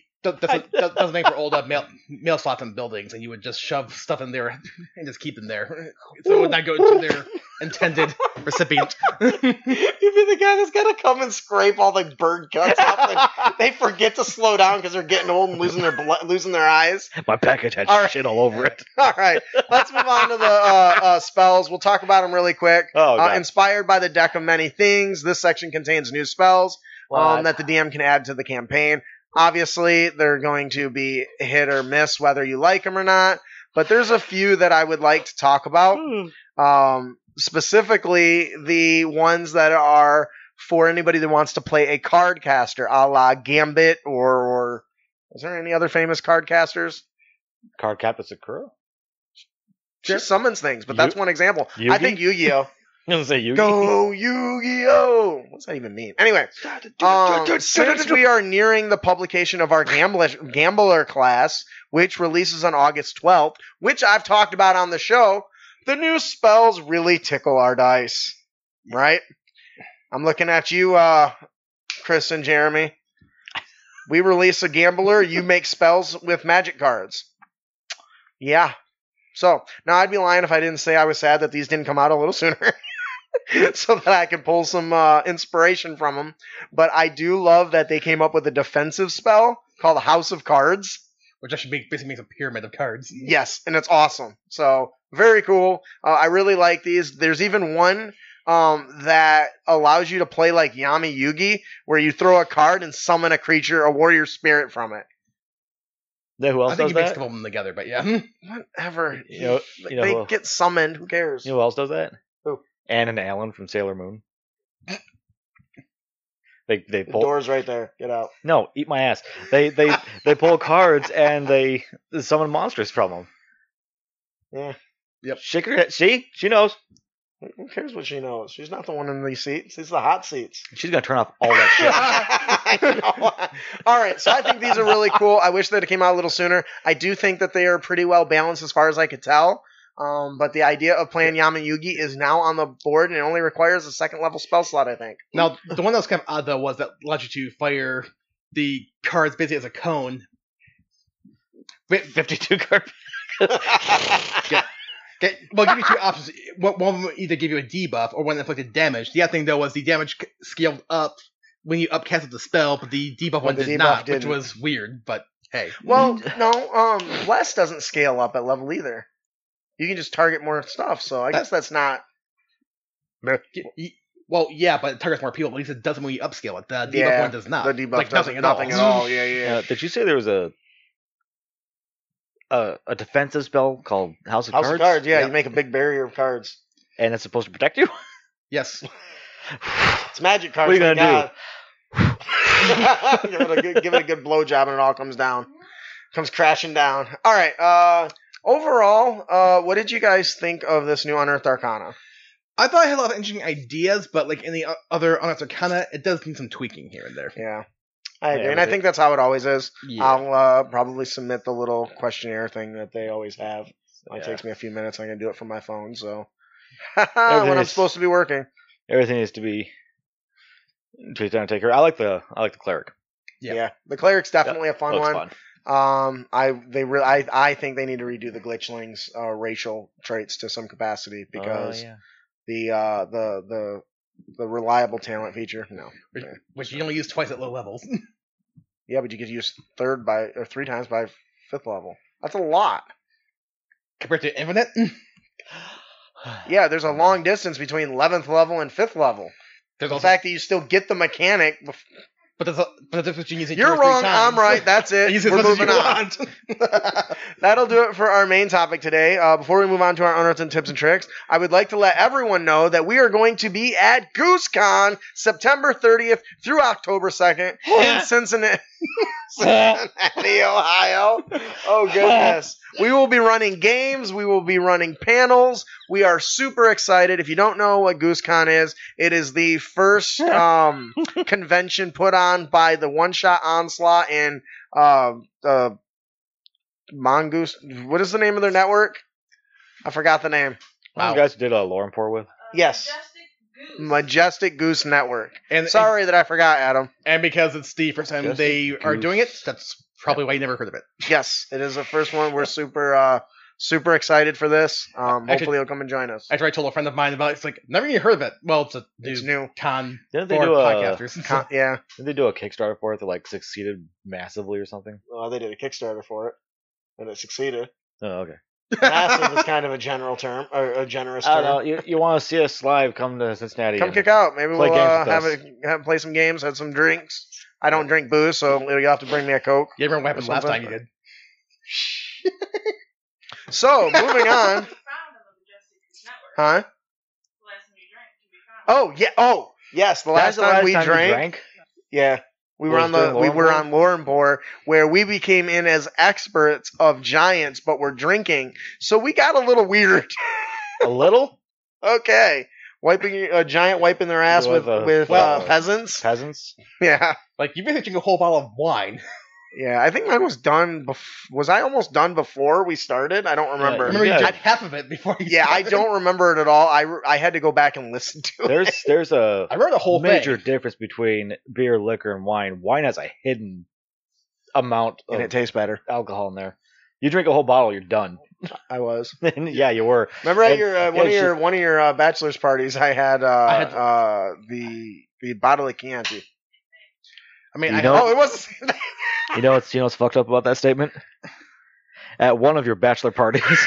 that's the thing for old uh, mail mail slots in buildings, and you would just shove stuff in there *laughs* and just keep them there, so it would not go into their intended recipient.
*laughs* You'd be the guy that's got to come and scrape all the bird guts off. They, they forget to slow down because they're getting old and losing their blo- losing their eyes. *laughs*
My package had
All right.
shit all
*laughs*
over it.
All right, let's move on to the uh, uh, spells. We'll talk about them really quick.
Oh,
Uh, inspired by the deck of many things, this section contains new spells um, that the DM can add to the campaign. Obviously, they're going to be hit or miss whether you like them or not. But there's a few that I would like to talk about. um, specifically the ones that are for anybody that wants to play a card caster, a la Gambit or, or is there any other famous card casters?
Card cap is
*laughs*
a crew.
She
Sure.
summons things, but that's one example. I
Yugi?
think Yu-Gi-Oh.
I'm gonna say
*laughs*
you.
Go Yu-Gi-Oh! What's that even mean? Anyway, um, since we are nearing the publication of our gambler, gambler class, which releases on August 12th, which I've talked about on the show, the new spells really tickle our dice, right? I'm looking at you, uh, Chris and Jeremy. We release a gambler, you make spells with magic cards. Yeah. So, now I'd be lying if I didn't say I was sad that these didn't come out a little *laughs* sooner. so that I could pull some uh, inspiration from them. But I do love that they came up with a defensive spell called House of Cards.
which actually make, basically makes a pyramid of cards.
Yes, and it's awesome. So very cool. Uh, I really like these. There's even one um, that allows you to play like Yami Yugi, where you throw a card and summon a creature, a warrior spirit from it.
Know who
I
else
think
does
you mix
that?
couple of them together, but yeah,
Whatever.
You know, you know
they
who-
get summoned. Who cares?
You know who else does that?
Who?
Anne and Alan from Sailor Moon. They they
The
pull
door's right there. Get out.
no eat my ass. They they they pull cards and they summon monsters from them.
Yeah.
Yep.
She could- she she knows
Who cares what she knows? She's not the one in these seats. It's the hot seats.
she's gonna turn off all that shit.
*laughs* I know. All right, so I think these are really cool. I wish that it came out a little sooner. I do think that they are pretty well balanced as far as I could tell. Um, but the idea of playing Yama Yugi is now on the board, and it only requires a second level spell slot, I think.
Now, the one that was kind of odd though was that allows you to fire the cards basically as a cone. Wait,
Fifty two *laughs* card.
okay, well, give you two options. One one would either give you a debuff or one that inflicted damage. The other thing though was the damage c- scaled up when you upcasted the spell, but the debuff one
the
did
debuff
not, which
didn't.
was weird. But hey,
Well, no, um, Bless doesn't scale up at level either. You can just target more stuff, so I guess that's not.
y- y- well, yeah, but it targets more people. At least it doesn't when you upscale it. The debuff
Yeah,
one does not.
The debuff
Ah, like
does
nothing at
nothing
all.
at all. Yeah, yeah.
Uh, did you say there was a a, a defensive spell called House of
House
Cards?
of cards, yeah,
Yeah.
you make a big barrier of cards.
and it's supposed to protect
*laughs*
you. *laughs*
Yes,
It's magic cards.
What are you gonna *laughs*
do? *laughs* give, it a good, give it a good blowjob and it all comes down. Comes crashing down. All right. Uh, overall, uh, what did you guys think of this new Unearthed Arcana?
I thought I had a lot of interesting ideas, but like any o- other Honest Arcana, it does need some tweaking here and there.
Yeah, I agree,
Yeah,
and I
they-
think that's how it always is.
Yeah.
I'll uh, probably submit the little questionnaire thing that they always have. It only
Yeah.
takes me a few minutes. I can do it from my phone. So *laughs* when I'm
Everything's-
supposed to be working.
Everything needs to be to the Undertaker. I like the I like the cleric.
Yeah.
Yeah, the cleric's definitely a fun
Looks
one.
fun. Oh,
Um, I they re- I I think they need to redo the glitchlings uh, racial traits to some capacity because *laughs*
Oh, yeah.
the uh the the the reliable talent feature no
Which, which you only use twice at low levels. *laughs*
yeah but you could use third by or three times by fifth level that's a lot
Compared to Infinite, *laughs*
yeah there's a long distance between 11th level and fifth level
there's
the
also,
fact that you still get the mechanic bef-
but there's a, but there's what you use it.
you're wrong i'm right that's it
Use *laughs* it
we're
as much as
moving
you
on *laughs*
want.
That'll do it for our main topic today. Uh, before we move on to our unearths and tips and tricks, I would like to let everyone know that we are going to be at GooseCon September 30th through October 2nd
*laughs*
in Cincinnati, Cincinnati, Ohio. Oh goodness! We will be running games. We will be running panels. We are super excited. If you don't know what GooseCon is, it is the first um, convention put on by the One Shot Onslaught and uh, uh, Mongoose. What is the name of their network? I forgot the name.
Wow.
Wow.
You guys who did a Lorempor with.
Yes. Majestic Goose Network.
And sorry,
Sorry that I forgot, Adam.
and because it's the first time
Just
they are
goose.
doing it, that's probably why you never heard of it.
Yes, it is the first one. We're super, uh, super excited for this. Um,
Actually-
hopefully, you'll come and join us.
After I told a friend of mine about it, it's like never even heard of it. Well, it's a
It's
new
new.
con
Didn't they
for
do uh, a
podcasters.
Con- yeah.
didn't they do a Kickstarter for it that like succeeded massively or something?
Well, they did a Kickstarter for it, and it succeeded.
Oh, okay.
Massive is
*laughs*
kind of a general term, or a generous
I don't know.
term.
You, you want to see us live? Come to Cincinnati.
Come
and-
kick out. Maybe we'll
Play games
uh,
with
have,
us.
a, have play some games, have some drinks. I don't drink booze, so you'll have to bring me a coke.
you remember what happened last time you did?
So moving on, huh? Oh yeah. Oh yes. The last
That's
time, we,
you
drank, Yeah. We were
Was
on the
during
we were
Laurenbor?
on Laurenbor where we became in as experts of giants, but we're drinking, so we got a little weird. *laughs*
A little
okay, wiping a giant wiping their ass with
With
with,
a-
uh,
uh,
peasants.
peasants.
*laughs* Yeah,
Like you basically drink a whole bottle of wine.
yeah. I think mine was done. Bef- was I almost done before we started? I don't remember.
Remember you
Yeah.
drank half of it before you.
*laughs* yeah, I
started.
don't remember it at all. I, re- I had to go back and listen to it. *laughs*
There's there's a
I remember the whole
major
thing.
difference between beer, liquor, and wine. Wine has a hidden amount
and it
of
tastes better.
alcohol in there. You drink a whole bottle, you're done. *laughs*
I was.
yeah, you were.
Remember at
And-
your uh,
yeah,
one of
it's
your one of your uh, bachelor's parties, I had, uh,
I had-
uh, the the bottle of Chianti.
I mean,
You
I
know-
Oh, it was
You know what's you know what's fucked up about that statement? At one of your bachelor *laughs* parties,
*laughs* that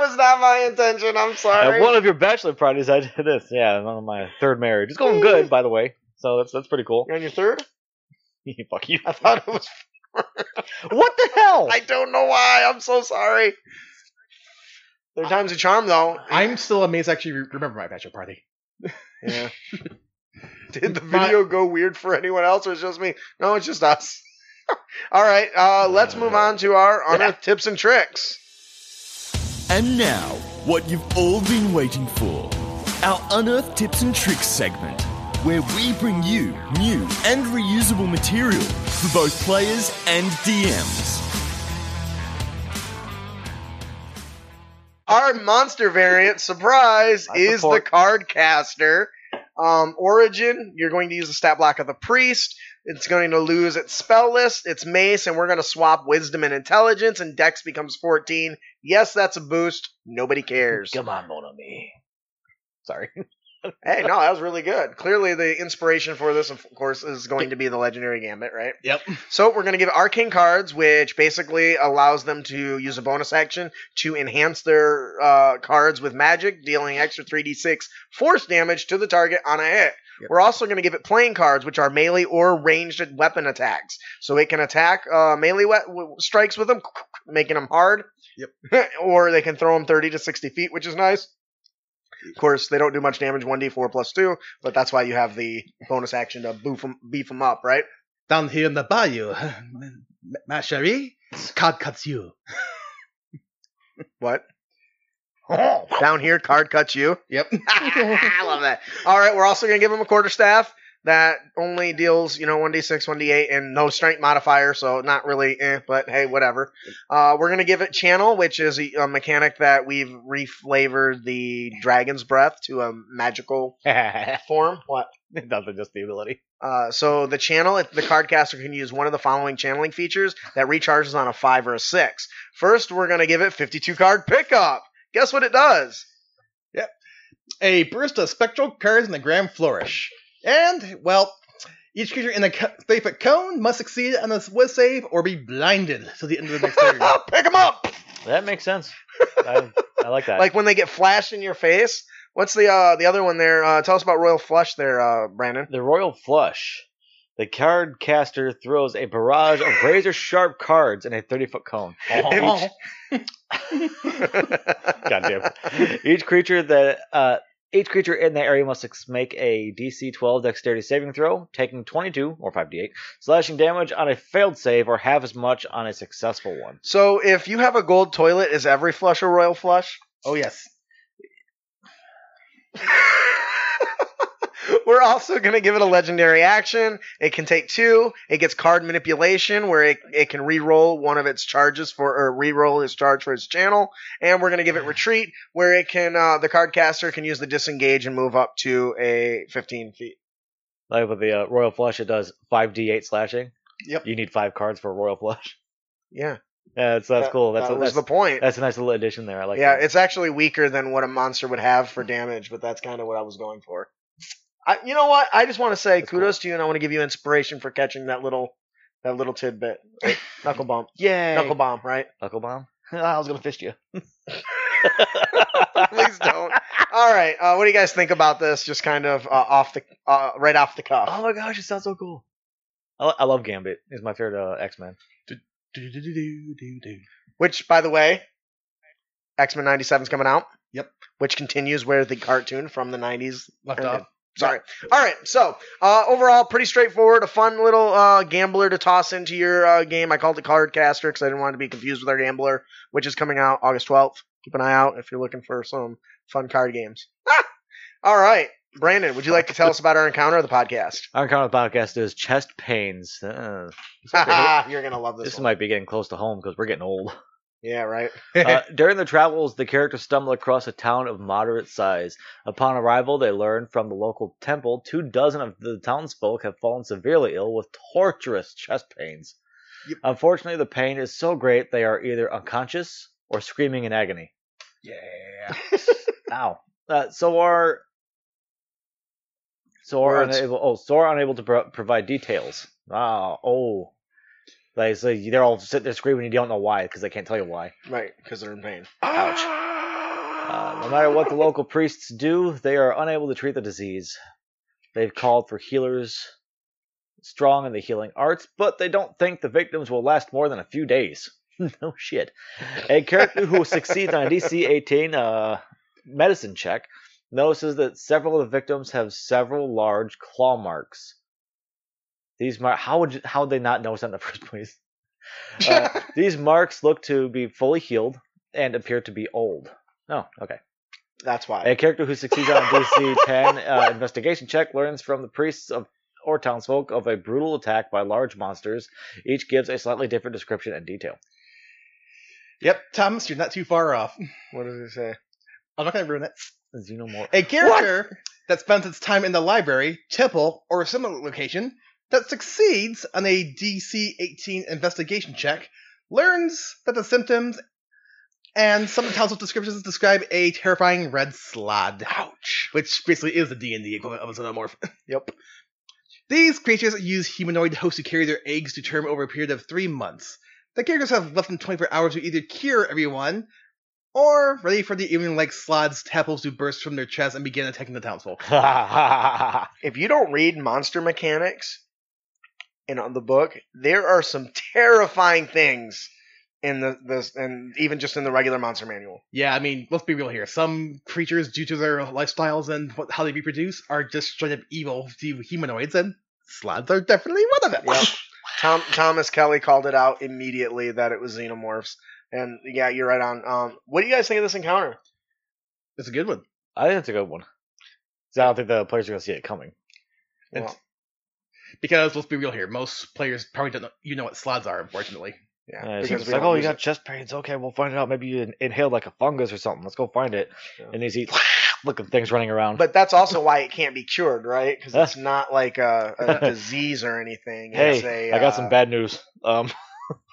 was not my intention. I'm
at
sorry.
one of your bachelor parties, I did this. Yeah, on my third marriage. It's going good, by the way. So that's that's pretty cool.
You're on your third.
*laughs* Fuck you.
I thought it was.
*laughs* What the hell?
I don't know why. I'm so sorry. There are times of charm, though.
I'm still amazed. I actually re- remember my bachelor party.
Yeah. *laughs* Did the
My-
video go weird for anyone else, or it's just me? No, it's just us. *laughs* All right, uh, let's move on to our armor tips and tricks.
And now, what you've all been waiting for our Unearth Tips and Tricks segment, where we bring you new and reusable material for both players and DMs.
Our monster variant surprise
I
is the
support.
card caster. Um, origin, you're going to use the stat block of the priest. It's going to lose its spell list, its mace, and we're going to swap wisdom and intelligence, and dex becomes 14. Yes, that's a boost. Nobody cares.
Come on, Mon ami. Sorry. *laughs*
Hey, no, that was really good. Clearly, the inspiration for this, of course, is going to be the legendary gambit, right?
Yep.
So we're going to give arcane cards, which basically allows them to use a bonus action to enhance their uh, cards with magic, dealing extra 3d6 force damage to the target on a hit. We're also going to give it playing cards, which are melee or ranged weapon attacks. So it can attack uh, melee we- w- strikes with them, making them hard. Yep. *laughs* or they can throw them 30 to 60 feet, which is nice. Of course, they don't do much damage, 1d4 plus 2, but that's why you have the bonus action to boof 'em- beef them up, right?
Down here in the bayou, *sighs* ma chérie, card cuts you.
What? down here, card cuts you. *laughs*
Yep.
I love that. All right, we're also gonna give him a quarter staff that only deals, you know, one d six, one d eight, and no strength modifier, so not really. Eh, but hey, whatever. Uh, we're gonna give it channel, which is a, a mechanic that we've reflavored the dragon's breath to a magical form. What?
*laughs* Nothing, just the ability.
Uh, so the channel, if the card caster can use one of the following channeling features that recharges on a five or a six. First, we're gonna give it fifty-two card pickup. Guess what it does?
a burst of spectral cards in the Grand Flourish. And, well, each creature in the co- 30 foot cone must succeed on this wit save or be blinded till the end of the next turn.
*laughs* Pick them up.
That makes *laughs* sense. I, I like that.
like when they get flashed in your face. What's the uh, the other one there? Uh, tell us about Royal Flush there, uh, Brandon. *laughs*
The Royal Flush. The card caster throws a barrage of razor sharp cards in a 30 foot *laughs* cone.
Oh.
Goddamn. each creature that uh, each creature in the area must ex- make a DC 12 Dexterity saving throw, taking 22 or 5d8 slashing damage on a failed save, or half as much on a successful one.
So if you have a gold toilet, is every flush a Royal Flush? *laughs*
oh, yes.
We're also going to give it a legendary action. It can take two. It gets card manipulation, where it, it can re-roll one of its charges for or re-roll its charge for its channel. And we're going to give it retreat, where it can uh, the card caster can use the disengage and move up to a 15 feet.
Like with the uh, Royal Flush, it does 5d8 slashing.
Yep.
You need five cards for a Royal Flush. *laughs*
Yeah,
Yeah, so that's
That-
cool. That's
that
a,
was
that's,
the point.
that's a nice little addition there. I like
yeah,
that.
it's actually weaker than what a monster would have for damage, but that's kind of what I was going for. I, you know what? I just want to say
That's
kudos to you, and I want to give you inspiration for catching that little that little tidbit,
*laughs*
knuckle bump,
Yay!
knuckle bomb,
*laughs*
right?
Knuckle bomb. I was gonna fist you.
Please don't. *laughs* All right, uh, what do you guys think about this? Just kind of uh, off the uh, right off the cuff.
Oh my gosh, it sounds so cool. I, lo- I love Gambit. He's my favorite uh, X Man.
Do-do-do-do-do-do.
Which, by the way, X Men '97 is coming out.
Yep.
Which continues where the cartoon from the '90s
Left
Ended.
off.
Sorry. All right. So uh, overall, pretty straightforward. A fun little uh, gambler to toss into your uh, game. I called it Card Caster because I didn't want it to be confused with our gambler, which is coming out August 12th. Keep an eye out if you're looking for some fun card games. Ah! All right, Brandon, would you like to tell us about our encounter of the podcast?
Our encounter podcast is chest pains. Uh,
*laughs*
this, might be-
you're gonna love this.
this
one.
might be getting close to home because we're getting old.
yeah, right.
*laughs*
Uh, during their travels, the characters stumble across a town of moderate size. Upon arrival, they learn from the local temple two dozen of the townsfolk have fallen severely ill with torturous chest pains.
Yep.
Unfortunately, the pain is so great they are either unconscious or screaming in agony.
Yeah.
*laughs* Ow. Uh, so are. So are
Words.
unable. Oh, so are unable to pro- provide details. Ah, oh. Like so they're all sitting there screaming. You don't know why because they can't tell you why.
Right, because they're in pain.
Uh, no matter what the local priests do, they are unable to treat the disease. They've called for healers strong in the healing arts, but they don't think the victims will last more than a few days. *laughs* no shit. A character who succeeds on a DC 18 uh, medicine check notices that several of the victims have several large claw marks. These mar- how would you, how would they not notice that in the *laughs* first place? Uh, these marks look to be fully healed and appear to be old. Oh, okay.
That's why.
A character who succeeds on a *laughs* DC 10 uh, investigation check learns from the priests of or townsfolk of a brutal attack by large monsters. Each gives a slightly different description and detail.
Yep, Thomas, you're not too far off.
What does it say?
I'm not going to ruin it.
Xenomorph.
A character that spends its time in the library, temple, or a similar location that succeeds on a DC 18 investigation check learns that the symptoms and some of the council descriptions describe a terrifying red slod. Ouch. Which basically is the D&D equivalent of a xenomorph. *laughs*
Yep.
These creatures use humanoid hosts to carry their eggs to term over a period of three months. The characters have less than 24 hours to either cure everyone or ready for the evening like slod's tadpoles to burst from their chests and begin attacking the townsfolk.
*laughs*
If you don't read Monster Mechanics in uh, the book, there are some terrifying things in the this and even just in the regular Monster Manual.
Yeah, I mean, let's be real here. Some creatures, due to their lifestyles and what, how they reproduce, are just straight up evil to humanoids, and slots are definitely one of them.
Yep. Tom, Thomas Kelly called it out immediately that it was xenomorphs. And yeah, you're right on. Um, what do you guys think of this encounter?
*laughs* It's a good one.
I think that's a good one. 'Cause I don't think the players are going to see it coming.
Well,
It's- Because let's be real here, most players probably don't know, you know what slots are, unfortunately.
yeah,
Uh, it's
because
just
we
like,
don't
oh, you
use
got
it.
chest pains. Okay, we'll find it out. Maybe you in- inhaled like a fungus or something. Let's go find it.
Yeah.
And *laughs* these eat looking things running around.
But that's also why it can't be cured, right?
*laughs*
Because it's not like a, a disease or anything. it's
hey,
a,
I got
uh,
some bad news. Um,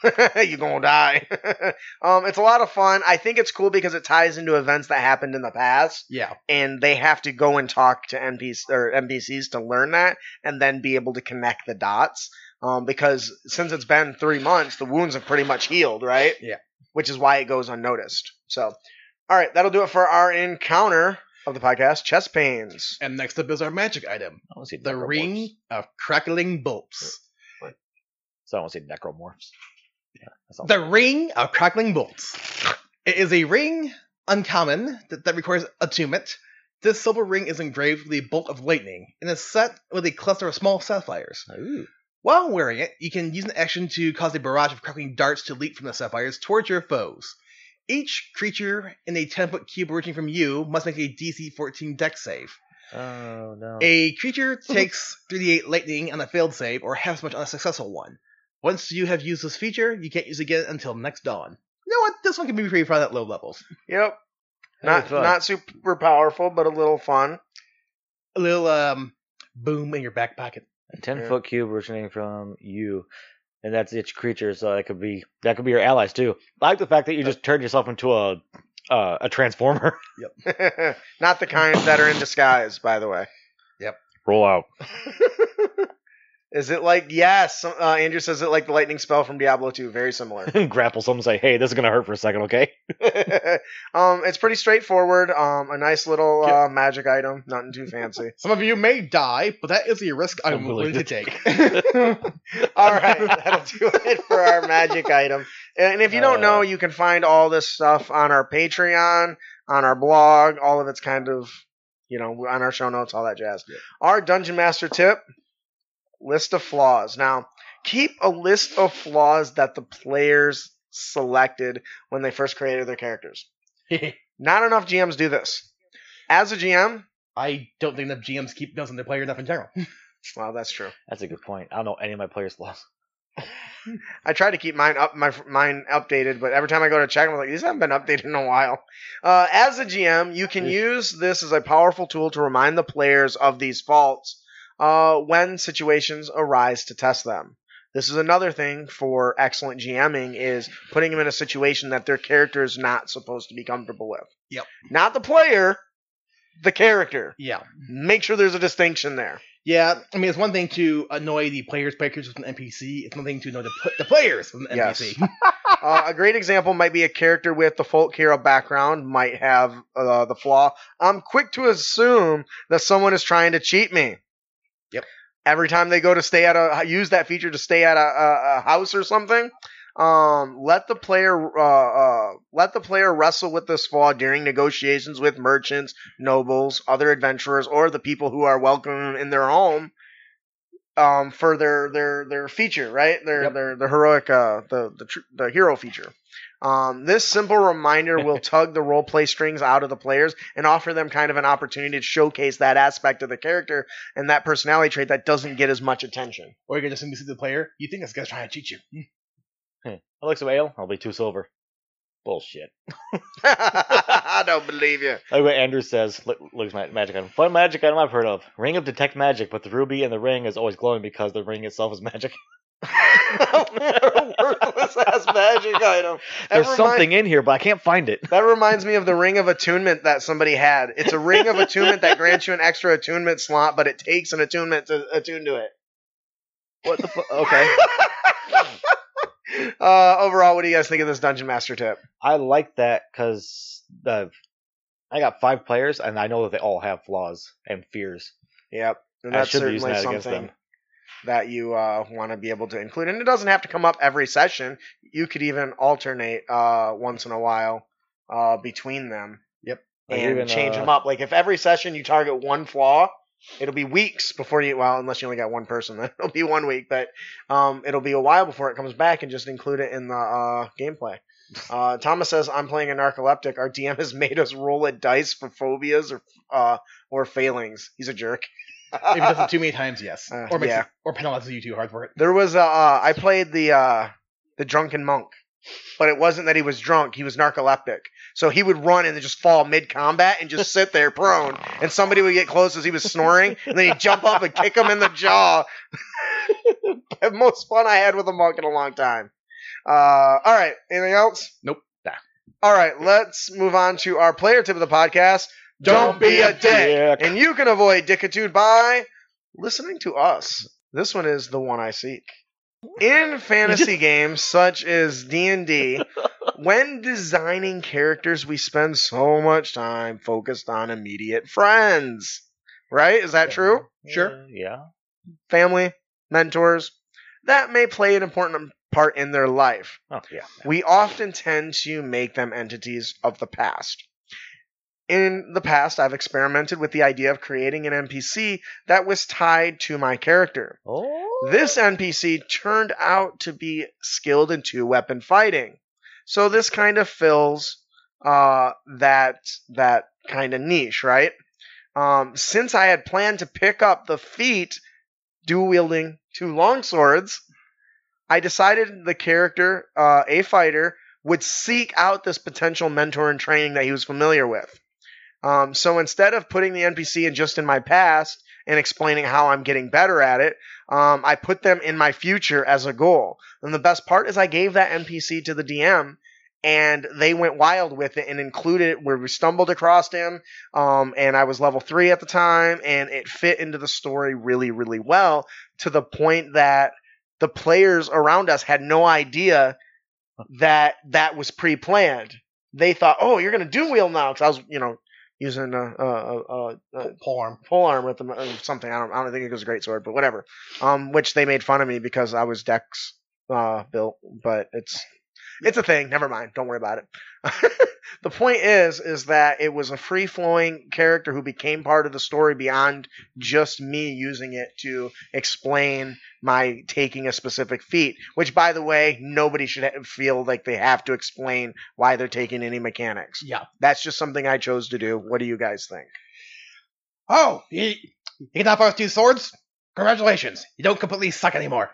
*laughs* you're gonna die. *laughs* um, it's a lot of fun. I think it's cool because it ties into events that happened in the past,
Yeah.
and they have to go and talk to NPCs or NPCs to learn that, and then be able to connect the dots. Um, because since it's been three months, the wounds have pretty much healed, right?
Yeah.
Which is why it goes unnoticed. So, all right, that'll do it for our encounter of the podcast, chest pains.
And next up is our magic item
I want to see
the
necromorphs.
Ring of Crackling Bolts.
So I want to see necromorphs. Yeah, *laughs* that's all.
The Ring of Crackling Bolts. It is a ring, uncommon, that, that requires attunement. This silver ring is engraved with a bolt of lightning and is set with a cluster of small sapphires.
Ooh.
While wearing it, you can use an action to cause a barrage of crackling darts to leap from the sapphires towards your foes. Each creature in a 10 foot cube originating from you must make a DC 14 dex save.
Oh, no.
A creature takes 3d8 lightning on a failed save or half as much on a successful one. Once you have used this feature, you can't use it again until next dawn. You know what? This one can be pretty fun at low levels.
Yep. Not
That'd be fun.
not super powerful, but a little fun. *laughs*
A little um boom in your back pocket.
A ten
Yeah.
foot cube originating from you, and that's each creature. So that could be that could be your allies too. I like the fact that you just turned yourself into a uh, a transformer. *laughs*
Not the kind that are in disguise, by the way.
Roll out.
Is it like yes? some- Uh, Andrew says it like the lightning spell from Diablo 2, very similar. *laughs*
Grapple someone. Say, hey, this is gonna hurt for a second, okay?
um, it's pretty straightforward. Um, a nice little
Yeah.
uh, magic item, nothing too fancy.
Some of you may die, but that is a risk I'm
I'm
willing to
willing
take.
*laughs*
All right, *laughs* that'll do it for our magic item. And if you don't know,
Uh.
you can find all this stuff on our Patreon, on our blog. All of it's kind of, you know, on our show notes, all that jazz. Our dungeon master tip: list of flaws. Now, keep a list of flaws that the players selected when they first created their characters. Not enough GMs do this. As a GM,
I don't think that GMs keep those in their player enough in general.
well, that's true.
That's a good point. I don't know any of my players' flaws.
I try to keep mine up, my mine updated, but every time I go to check, I'm like, these haven't been updated in a while. Uh, as a GM, you can use this as a powerful tool to remind the players of these faults uh, when situations arise to test them. This is another thing for excellent GMing is putting them in a situation that their character is not supposed to be comfortable with.
Yep.
Not the player, the character.
Yeah.
Make sure there's a distinction there.
Yeah, I mean, it's one thing to annoy the players' characters with an NPC. It's one thing to annoy the, pl- the players with an
Yes.
NPC.
Uh, a great example might be a character with the folk hero background might have uh, the flaw. I'm quick to assume that someone is trying to cheat me.
Yep.
Every time they go to stay at a use that feature to stay at a, a, a house or something, Um, let the player uh, uh, let the player wrestle with this law during negotiations with merchants, nobles, other adventurers, or the people who are welcome in their home. Um, for their their their feature, right? Their
Yep.
their the heroic uh, the the tr- the hero feature. Um, this simple reminder will tug the role play strings out of the players and offer them kind of an opportunity to showcase that aspect of the character and that personality trait that doesn't get as much attention. *laughs*
Or you can just see the player. You think this guy's trying to cheat you? Hmm.
I like some ale. I'll be two silver. Bullshit.
I don't believe you.
Like what Andrew says, look, looks ma- magic item. Fun magic item I've heard of. Ring of detect magic, but the ruby in the ring is always glowing because the ring itself is magic. *laughs*
worthless ass magic item. That
There's
remind-
something in here, but I can't find it.
That reminds me of the ring of attunement that somebody had. It's a ring of attunement that grants you an extra attunement slot, but it takes an attunement to attune to it.
What the fuck? Okay.
*laughs* Uh, overall, what do you guys think of this dungeon master tip?
I like that because the I got five players, and I know that they all have flaws and fears.
Yep. And
I
that's
should be using
certainly
that against
something
them.
that you uh, want to be able to include. And it doesn't have to come up every session. You could even alternate uh, once in a while uh, between them.
Yep.
Like
and
even,
change
uh,
them up. Like if every session you target one flaw, it'll be weeks before you. Well, unless you only got one person, *laughs* then it'll be one week. But um, it'll be a while before it comes back, and just include it in the uh, gameplay.
*laughs*
Uh, Thomas says, "I'm playing a narcoleptic. Our DM has *laughs* made us roll a dice for phobias or uh, or failings. He's a jerk."
If he does it too many times, yes.
Uh,
or makes
yeah.
it, or penalizes you too hard for it.
There was a, uh, I played the uh, the drunken monk, but it wasn't that he was drunk. He was narcoleptic, so he would run and then just fall mid combat and just sit there prone, and somebody would get close as he was snoring, and then he'd jump up and kick him in the jaw. *laughs* the most fun I had with a monk in a long time. Uh, all right, anything else?
Nope. Nah.
All right, let's move on to our player tip of the podcast. Don't be a
dick.
And you can avoid dickitude by listening to us. This one is the one I seek.
*laughs*
In fantasy games such as D&D, when designing characters, we spend so much time focused on immediate friends. Right? Is that true?
Sure.
Uh, yeah.
Family, mentors, that may play an important part in their life
Oh yeah.
we often tend to make them entities of the past. In the past, I've experimented with the idea of creating an NPC that was tied to my character.
Oh.
This NPC turned out to be skilled in two weapon fighting. So this kind of fills uh, that that kind of niche, right? Um, since I had planned to pick up the feat dual wielding two longswords, I decided the character, uh, a fighter, would seek out this potential mentor and training that he was familiar with. Um, so instead of putting the NPC in just in my past and explaining how I'm getting better at it, um, I put them in my future as a goal. And the best part is I gave that NPC to the DM, and they went wild with it and included it where we stumbled across him. Um, and I was level three at the time, and it fit into the story really, really well to the point that the players around us had no idea that that was pre-planned. They thought, "Oh, you're gonna do wheel now," because I was, you know, using a, a, a, a
Polearm.
pole arm with them or something. I don't, I don't think it was a great sword, but whatever. Um, which they made fun of me because I was Dex uh, built, but it's it's a thing. Never mind. Don't worry about it. *laughs* the point is, is that it was a free flowing character who became part of the story beyond just me using it to explain my taking a specific feat. Which, by the way, nobody should ha- feel like they have to explain why they're taking any mechanics.
Yeah.
That's just something I chose to do. What do you guys think? *laughs*
Oh, you, you can knock off two swords. Congratulations, you don't completely suck anymore.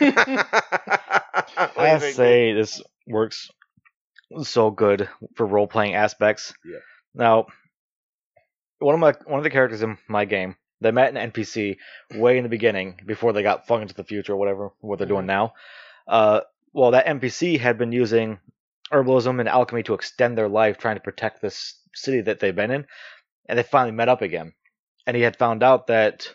I
*laughs* I
say this works so good for role playing aspects.
Yeah.
Now, one of my one of the characters in my game, they met an NPC way in the beginning before they got flung into the future or whatever what they're doing now. Uh, well, that NPC had been using herbalism and alchemy to extend their life, trying to protect this city that they've been in, and they finally met up again. And he had found out that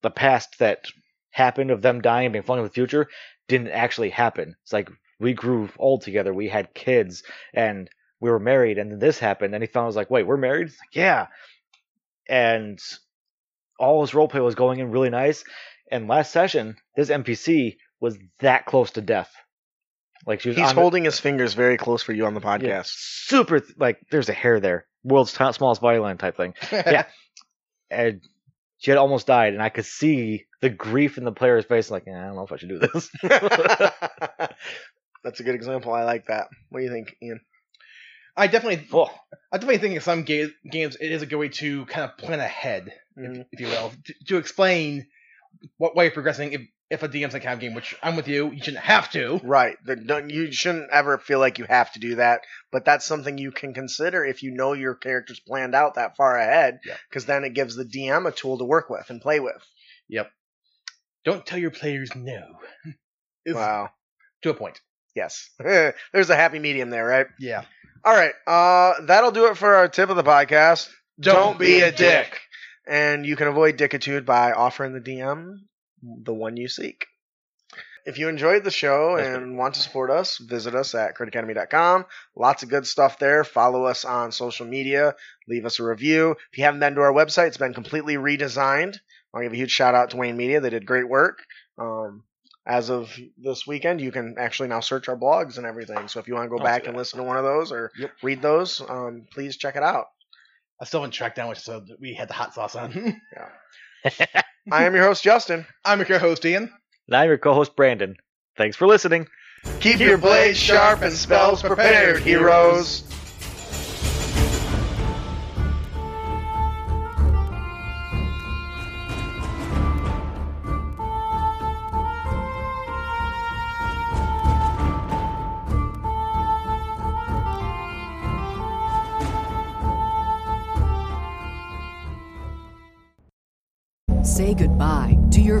the past that happened of them dying and being flung into the future didn't actually happen. It's like we grew old together, we had kids, and we were married, and then this happened. And he found I was like, wait, we're married? It's like, yeah. And all his roleplay was going in really nice. And last session, this NPC was that close to death. Like she was
He's
on the-
holding his fingers very close for you on the podcast.
yeah, super th- like there's a hair there. World's t- smallest body line type thing. Yeah. And she had almost died, and I could see the grief in the player's face. Like, "Eh, I don't know if I should do this.
*laughs*
*laughs*
That's a good example. I like that. What do you think, Ian?
I definitely,
oh,
I definitely think in some ga- games it is a good way to kind of plan ahead,
Mhm.
if, if you will, to, to explain what why you're progressing. If if a DM's like have a game, which I'm with you, you shouldn't have to.
Right. The- don't- You shouldn't ever feel like you have to do that, but that's something you can consider if you know your character's planned out that far ahead,
Yeah.
because then it gives the DM a tool to work with and play with.
Don't tell your players no. *laughs* Is-
Wow.
To a point.
Yes. *laughs* There's a happy medium there, right?
Yeah.
All right. Uh, that'll do it for our tip of the podcast. And you can avoid dickitude by offering the DM the one you seek. If you enjoyed the show
That's
and want to support us, visit us at critacademy.com. Lots of good stuff there. Follow us on social media. Leave us a review. If you haven't been to our website, it's been completely redesigned. I'll give a huge shout out to Wayne Media. They did great work. Um, as of this weekend, you can actually now search our blogs and everything. So if you want to go
I'll
back
do
and
that.
listen to one of those or
Oh, Yep.
read those, um, please check it
*laughs*
out.
I still haven't tracked down which episode that we had the hot sauce on. *laughs*
I am your host, Justin.
I'm your host Ian.
And I'm your co-host Brandon. Thanks for listening.
Keep your blades sharp and spells prepared, heroes.
Say goodbye to your